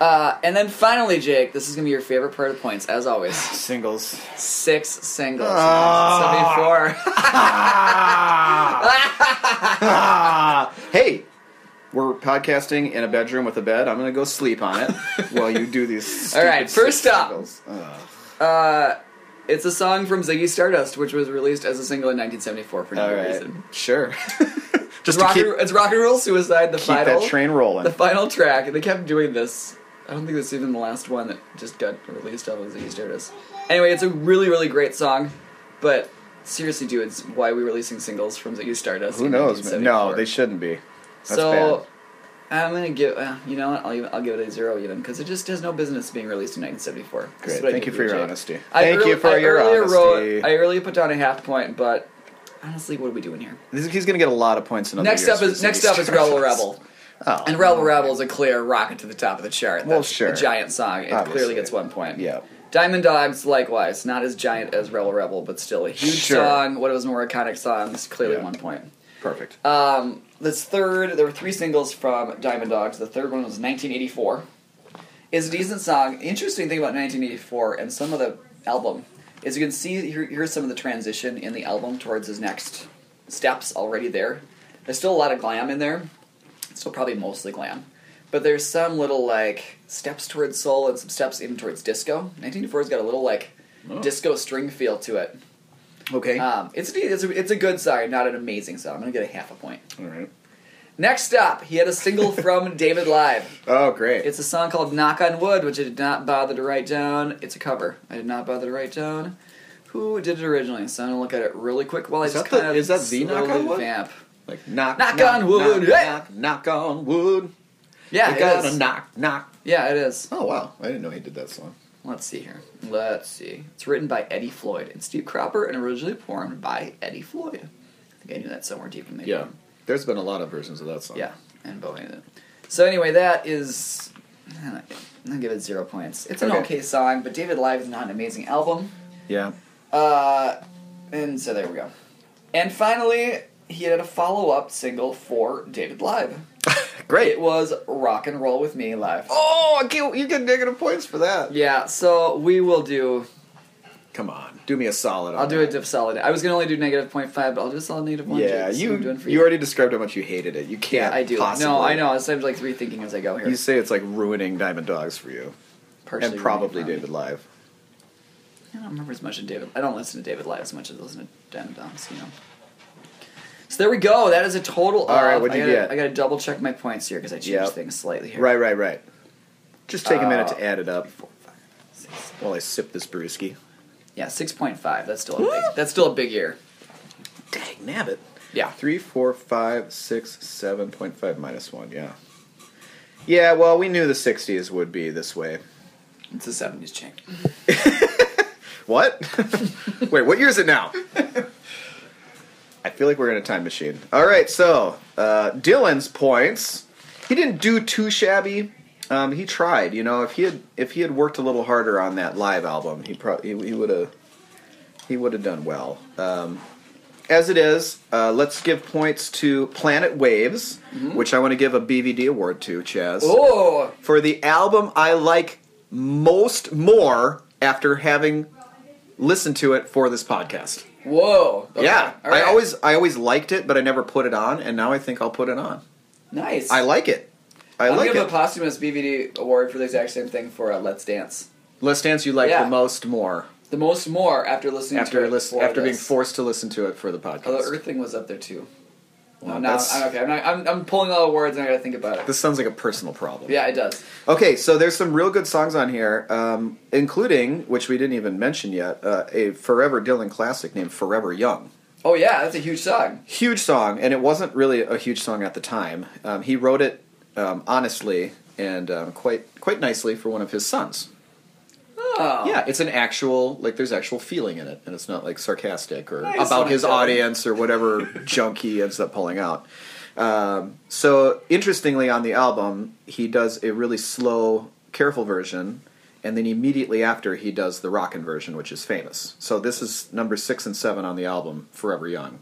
Uh, and then finally, Jake, this is gonna be your favorite part of the points, as always. Singles. Six singles, Ah. seventy-four. Ah. Hey, we're podcasting in a bedroom with a bed. I'm gonna go sleep on it while you do these. All right, stupid first six Uh, up. singles. Ugh. It's a song from Ziggy Stardust, which was released as a single in 1974 for no All right, reason. sure. It's just to rock, keep, and, it's rock and roll suicide. The keep final that train rolling. the final track. They kept doing this. I don't think this is even the last one that just got released off of Ziggy Stardust. Anyway, it's a really really great song, but seriously, dudes, why are we releasing singles from Ziggy Stardust? Who in knows? Man? No, 1974? they shouldn't be. That's so. bad. I'm gonna give uh, you know what I'll, even, I'll give it a zero even because it just has no business being released in 1974. That's Great. what I Thank give you for your Jake. honesty. I Thank earl- you for I your earlier honesty. Wrote, I earlier put down a half point, but honestly, what are we doing here? This- He's gonna get a lot of points. In other Next years up for is Ziggy next up is Stardust. Rebel Rebel, Oh, and Rebel Rebel is a clear rocket to the top of the chart. That's Well, sure. a giant song. It Obviously. clearly gets one point. yeah. Diamond Dogs, likewise, not as giant as Rebel Rebel, but still a huge Sure. song. One of his more iconic songs, clearly Yeah. one point. Perfect. Um, this third, there were three singles from Diamond Dogs. The third one was 1984. Is a decent song. Interesting thing about 1984 and some of the album is you can see here, here's some of the transition in the album towards his next steps already there. There's still a lot of glam in there. Still probably mostly glam. But there's some little like steps towards soul and some steps even towards disco. 1984's got a little like disco string feel to it. okay. Um, it's, a, it's, a, it's a good song, not an amazing song. I'm going to get a half a point. All right. Next up, he had a single from David Live. Oh, great. It's a song called Knock on Wood, which I did not bother to write down. It's a cover. I did not bother to write down who did it originally, so I'm going to look at it really quick while I Is just that the- kind of is that the Knock on slowly Wood? Vamp. Like knock, Knock on wood, knock, hey! knock, knock on wood. Yeah, I it got is. a knock, knock. Yeah, it is. Oh wow, I didn't know he did that song. Let's see here. Let's see. It's written by Eddie Floyd and Steve Cropper and originally performed by Eddie Floyd. I think I knew that somewhere deep in my Yeah, there's been a lot of versions of that song. Yeah, and Bowie in it. So anyway, that is. I'll give it zero points. It's an Okay. okay, song, but David Live is not an amazing album. yeah. Uh, and so there we go. And finally, he had a follow up single for David Live. Great. It was Rock and Roll with Me Live. Oh, I can't, you get negative points for that. Yeah, so we will do Come on, do me a solid. on I'll do a that. diff solid. I was gonna only do negative point five, but I'll do a solid negative one. Yeah, Jake. See what you I'm doing for you already described how much you hated it. You can't. I do. Possibly. No, I know. I was I'm, like rethinking as I go here. You say it's like ruining Diamond Dogs for you, Partially and probably reading David from Live. it. I don't remember as much as David. I don't listen to David Live as much as I listen to Dan Doms. You know. So there we go. That is a total. All right, of- what'd you I gotta, get? I gotta double check my points here because I changed Yep. things slightly here. Right, right, right. Just take a minute Uh, to add it up Six- while I sip this brewski. Yeah, six point five. That's still a big. That's still a big year. Dang, nabbit. Yeah. Three, four, five, six, seven point five minus one. Yeah. Yeah. Well, we knew the sixties would be this way. It's a seventies change. What? Wait, what year is it now? I feel like we're in a time machine. All right, so uh, Dylan's points. He didn't do too shabby. Um, he tried. You know, if he had if he had worked a little harder on that live album, he probably he would have he would have done well. Um, as it is, uh, let's give points to Planet Waves, which I want to give a BVD award to Chaz Oh, for the album I like most more after having listened to it for this podcast. whoa. Okay, yeah, all right. I always I always liked it, but I never put it on, and now I think I'll put it on. nice. I like it. I am like gonna give a it. posthumous BVD award for the exact same thing for uh, Let's Dance. Let's dance. You like Yeah. the most more The most more after listening to after it listen, before after being this. forced to listen to it for the Although podcast. Earthling was up there too. Wow, no, now uh, that's- I'm, okay. I'm, not, I'm, I'm pulling all the words and I gotta think about it. This sounds like a personal problem. Yeah, it does. Okay, so there's some real good songs on here, um, including which we didn't even mention yet, uh, a Forever Dylan classic named "Forever Young." Oh yeah, that's a huge song. huge song, and it wasn't really a huge song at the time. Um, he wrote it um, honestly and um, quite quite nicely for one of his sons. Oh Yeah, it's an actual like there's actual feeling in it, and it's not like sarcastic or Nice, Oh about I his like that. audience or whatever junk he ends up pulling out. Um, so interestingly, on the album, he does a really slow, careful version, and then immediately after he does the rockin' version, which is famous. So this is number six and seven on the album, Forever Young,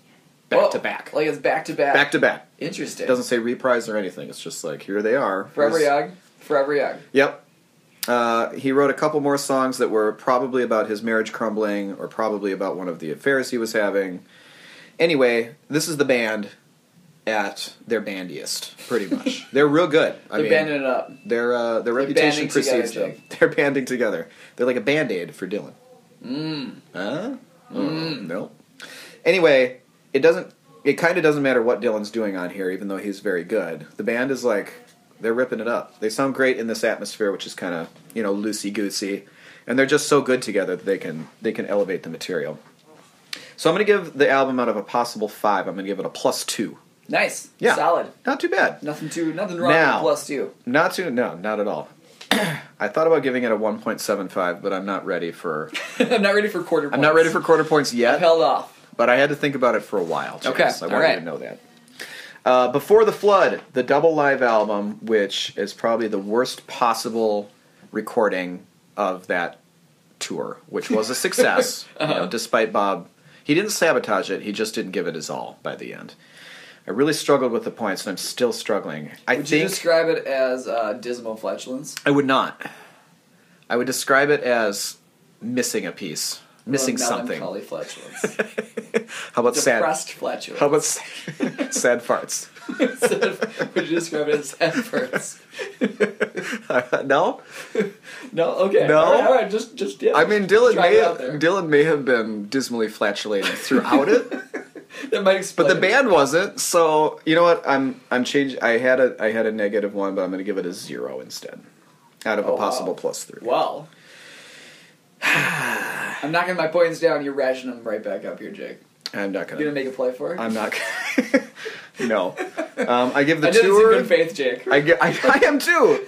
back Whoa, to back, Like it's back to back. back to back. Interesting. It doesn't say reprise or anything. It's just like here they are. Forever Here's- young. Forever young. Yep. Uh, he wrote a couple more songs that were probably about his marriage crumbling, or probably about one of the affairs he was having. Anyway, this is the band at their bandiest, pretty much. they're real good. I They're mean, banding it up. Their uh, their reputation banding together, precedes them. They're banding together. They're like a band aid for Dylan. Mm. Huh? Mm. No. Anyway, it doesn't. It kind of doesn't matter what Dylan's doing on here, even though he's very good. The band is like they're ripping it up. They sound great in this atmosphere, which is kind of you know loosey goosey, and they're just so good together that they can they can elevate the material. So I'm going to give the album out of a possible five. I'm going to give it a plus two. Nice. Yeah, Solid. Not too bad. Nothing too. Nothing wrong. Now. with plus you. Not too, no, not at all. I thought about giving it a 1.75, but I'm not ready for. I'm not ready for quarter. Points. I'm not ready for quarter points I've yet, held off. but I had to think about it for a while. Chase. Okay, I wanted alright. to know that. Uh, Before the Flood, the double live album, which is probably the worst possible recording of that tour, which was a success, you Uh-huh. know, despite Bob. He didn't sabotage it, he just didn't give it his all by the end. I really struggled with the points, and I'm still struggling. I Would think you describe it as uh, dismal flatulence? I would not. I would describe it as missing a piece, missing Or something. Melancholy flatulence. How about sad? Depressed flatulence. How about sad, sad farts? Would you describe it as efforts? no, No. Okay. No? All right. all right, Just just yeah. I mean Dylan Try may it out there. Dylan may have been dismally flatulating throughout it, that might but explain. the it. band wasn't. So you know what? I'm I'm changing. I had a I had a negative one, but I'm going to give it a zero instead, out of Oh, a wow. possible plus three. Well. I'm knocking my points down. You're ratcheting them right back up here, Jake. I'm not You going gonna to. make a play for it? I'm not. gonna- no, um, I give the I did tour. this in good faith, Jake. I, get- I, I am too.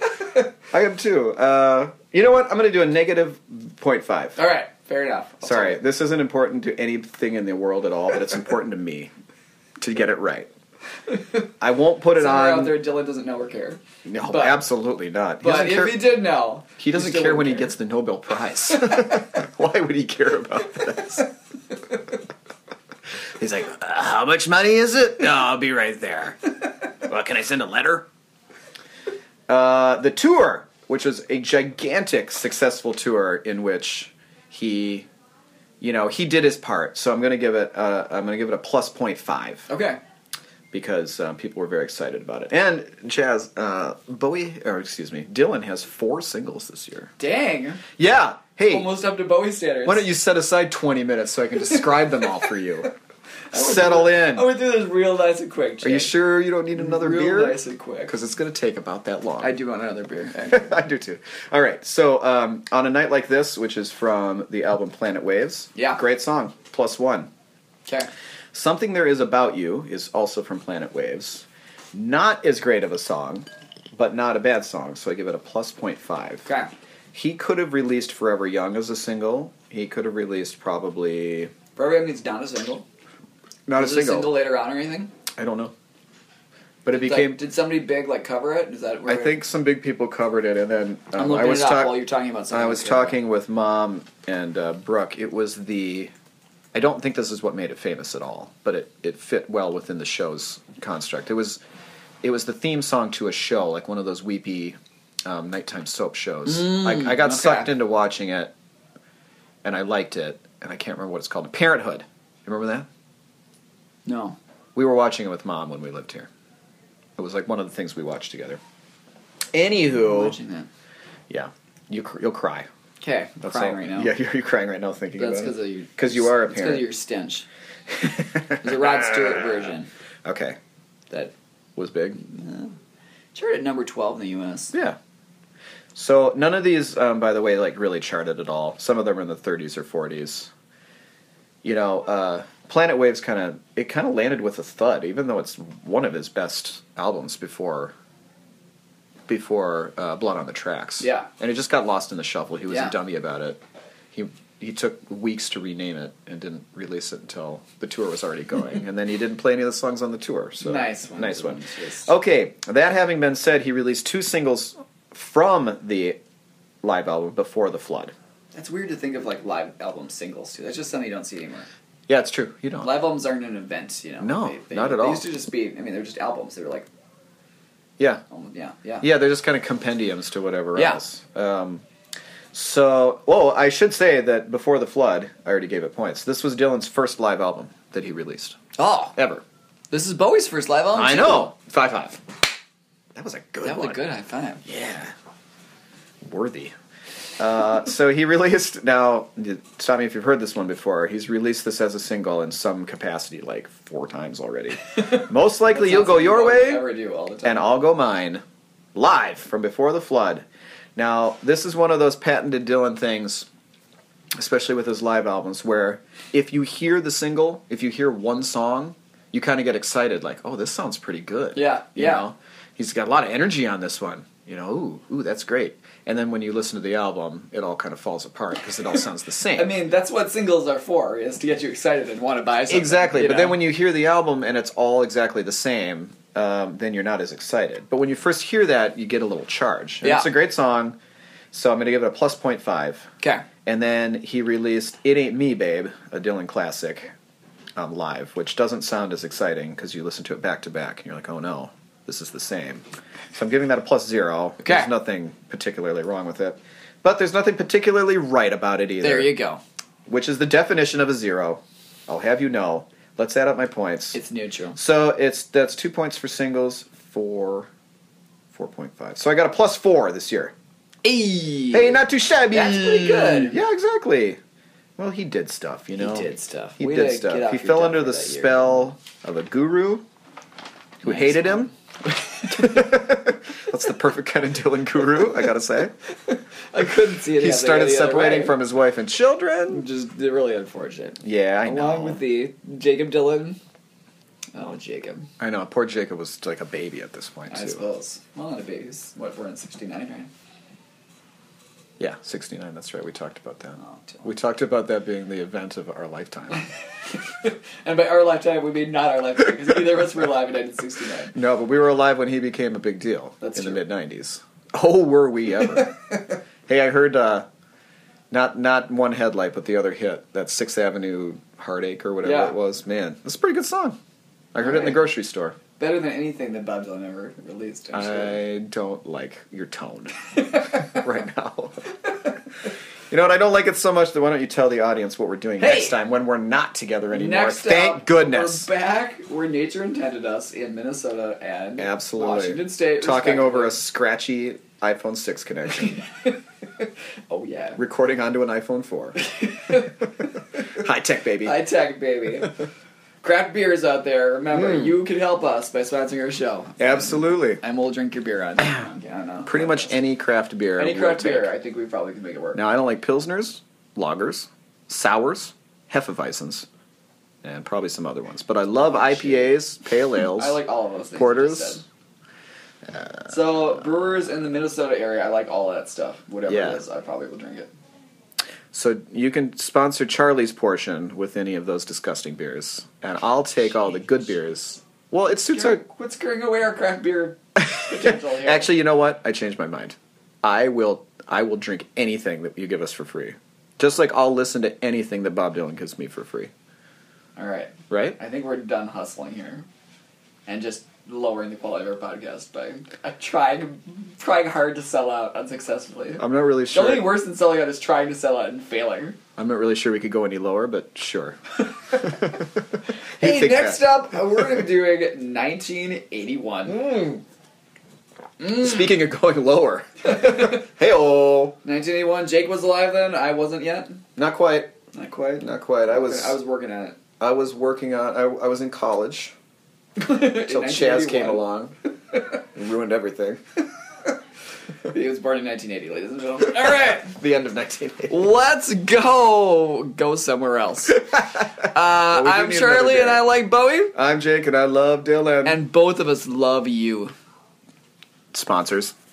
I am too. Uh, you know what? I'm going to do a negative 0.5. All right. Fair enough. I'll Sorry, take this isn't important to anything in the world at all, but it's important to me to get it right. I won't put it. it Somewhere on. out there, Dylan doesn't know we're here. no, but- absolutely not. He But doesn't if care, he did know, he doesn't still care wouldn't when he gets the Nobel Prize. Why would he care about this? He's like, uh, how much money is it? No, I'll be right there. Well, can I send a letter? Uh, the tour, which was a gigantic, successful tour in which he you know, he did his part. So I'm going to give it uh, I'm going to give it a plus 0.5 Okay. because um, people were very excited about it. And Chaz uh, Bowie or excuse me, Dylan has four singles this year. Dang. Yeah. Hey, Almost up to Bowie standards. why don't you set aside 20 minutes so I can describe them all for you? Settle in. I went through this real nice and quick. Are you Jake. sure you don't need another real beer? nice and quick. Because it's going to take about that long. I do want another beer. I do too. All right. So um, on a night like this, which is from the album Planet Waves, Yeah. great song, plus one. okay. Something There Is About You is also from Planet Waves. Not as great of a song, but not a bad song. So I give it a plus point five. Okay. He could have released Forever Young as a single. He could have released probably Forever Young means not a single. not Was it a single later on or anything? I don't know. But it Like, became. did somebody big like cover it? Is that? Where I think some big people covered it, and then um, I'm looking I was it up talking. while you're talking about something. I was else. talking with mom and uh, Brooke. It was the. I don't think this is what made it famous at all, but it, it fit well within the show's construct. It was, it was the theme song to a show, like one of those weepy, um, nighttime soap shows. I, I got Mm, okay. sucked into watching it, and I liked it, and I can't remember what it's called. Parenthood. You remember that? No. We were watching it with mom when we lived here. It was like one of the things we watched together. Anywho, Watching that. yeah, you cr- you'll cry. Okay. I'm That's crying all. right now. Yeah, you're, you're crying right now thinking That's about because it. of your. 'Cause you are a Because parent. of your stench. There's a Rod Stewart version Okay, that was big. charted at number 12 in the U.S. Yeah. So none of these, um, by the way, like really charted at all. Some of them are in the 30s or 40s. You know, uh, Planet Waves kind of it kind of landed with a thud, even though it's one of his best albums before before uh, Blood on the Tracks. Yeah. and it just got lost in the shuffle. He was Yeah. a dummy about it. He he took weeks to rename it and didn't release it until the tour was already going, and then he didn't play any of the songs on the tour. So Nice one. nice one. Oh. Yes. Okay, that having been said, he released two singles from the live album before the flood. That's weird to think of like live album singles too. That's just something you don't see anymore. Yeah, it's true. You don't. Live albums aren't an event, you know. No, They- they- not at They all. used to just be. I mean, they're just albums. They were like, Yeah, um, yeah, yeah. yeah, they're just kind of compendiums to whatever Yeah. else. Um, so, well, I should say that before the flood, I already gave it points. This was Dylan's first live album that he released Oh, ever. this is Bowie's first live album. I too. know. Five five. That was a good That was one. a good high five. Yeah. Worthy. Uh, so he released now. Stop me if you've heard this one before. He's released this as a single in some capacity, like four times already. Most likely, you'll go your way, Ever do all the time. and I'll go mine. Live from before the flood. Now, this is one of those patented Dylan things, especially with his live albums, where if you hear the single, if you hear one song, you kind of get excited, like, "Oh, this sounds pretty good." Yeah, you yeah. Know? he's got a lot of energy on this one. You know, ooh, ooh, that's great. And then when you listen to the album, it all kind of falls apart because it all sounds the same. I mean, that's what singles are for, is to get you excited and want to buy something. exactly. you But then know? when you hear the album and it's all exactly the same, um, then you're not as excited. But when you first hear that, you get a little charge. And Yeah. It's a great song, so I'm going to give it a plus point five. Okay. And then he released "It Ain't Me, Babe," a Dylan classic, um, live, which doesn't sound as exciting because you listen to it back to back and you're like, "Oh no, this is the same." So I'm giving that a plus zero. Okay. There's nothing particularly wrong with it, but there's nothing particularly right about it either. There you go. Which is the definition of a zero. I'll have you know. Let's add up my points. It's neutral. so it's that's two points for singles for. 4.5. So I got a plus 4 this year. Hey, Hey, not too shabby. That's pretty good. Yeah, exactly. Well, he did stuff, you know. he did stuff. He Way did to get stuff. off He your fell duff under for the that year. spell of a guru who Nice hated one. him. That's the perfect kind of Dylan guru, I gotta say. I couldn't see it. He happening started any other separating way. from his wife and children. Just really unfortunate. Yeah, I know. Along with the Jacob Dylan. Oh, Jacob. I know. Poor Jacob was like a baby at this point, I too. suppose. Well, not a baby. He's, What, we're in 69, right? Yeah, 69, that's right. We talked about that. Oh, Dylan. we talked about that being the event of our lifetime. And by our lifetime, we mean not our lifetime, because neither of us were alive in 1969. No, but we were alive when he became a big deal That's in the true. mid '90s. Oh, were we ever? hey, I heard uh, not not one headlight, but the other hit that Sixth Avenue heartache or whatever Yeah. it was. Man, that's a pretty good song. I heard it in the Alright. grocery store. Better than anything that Bob Dylan ever released, I'm sure. I don't like your tone right now. You know what? I don't like it so much that why don't you tell the audience what we're doing Hey! next time when we're not together anymore? Next Thank up, goodness. We're back where nature intended us in Minnesota and Absolutely. Washington State. Talking over a scratchy respectively. iPhone 6 connection, Oh yeah. recording onto an iPhone 4. High tech, baby. High tech, baby. Craft beers out there. Remember, Hmm. you can help us by sponsoring our show. Absolutely. And we'll drink your beer on. I don't know. Pretty much any craft beer. Any will craft take. beer, I think we probably can make it work. Now, I don't like Pilsners, Lagers, Sours, Hefeweizens, and probably some other ones. But I love IPAs, Pale Ales, Oh, I like all of those things. you just Porters. said. Uh, So brewers in the Minnesota area, I like all that stuff. Whatever Yeah. it is, I probably will drink it. So you can sponsor Charlie's portion with any of those disgusting beers, and I'll take all the good beers. Well, it suits You're, our. quit scaring away our craft beer potential here. Actually, you know what? I changed my mind. I will. I will drink anything that you give us for free, just like I'll listen to anything that Bob Dylan gives me for free. all right. Right? I think we're done hustling here, and just lowering the quality of our podcast by uh, trying trying hard to sell out unsuccessfully. I'm not really The only Oh, sure. worse than selling out is trying to sell out and failing. I'm not really sure we could go any lower, but sure. Hey, think next that. up, uh, we're gonna be doing 1981. Mm. Speaking of going lower, hey oh, 1981. Jake was alive then. I wasn't yet. not quite, Not quite. not quite. I was, I was working on it. I was working on. I, I was in college. Until Chaz came along and ruined everything. He was born in 1980, ladies and gentlemen. All right, The end of 1980. let's go. Go somewhere else. Uh, we do I'm need another Charlie, day. and I like Bowie, I'm Jake and I love Dylan. and both of us love you. sponsors.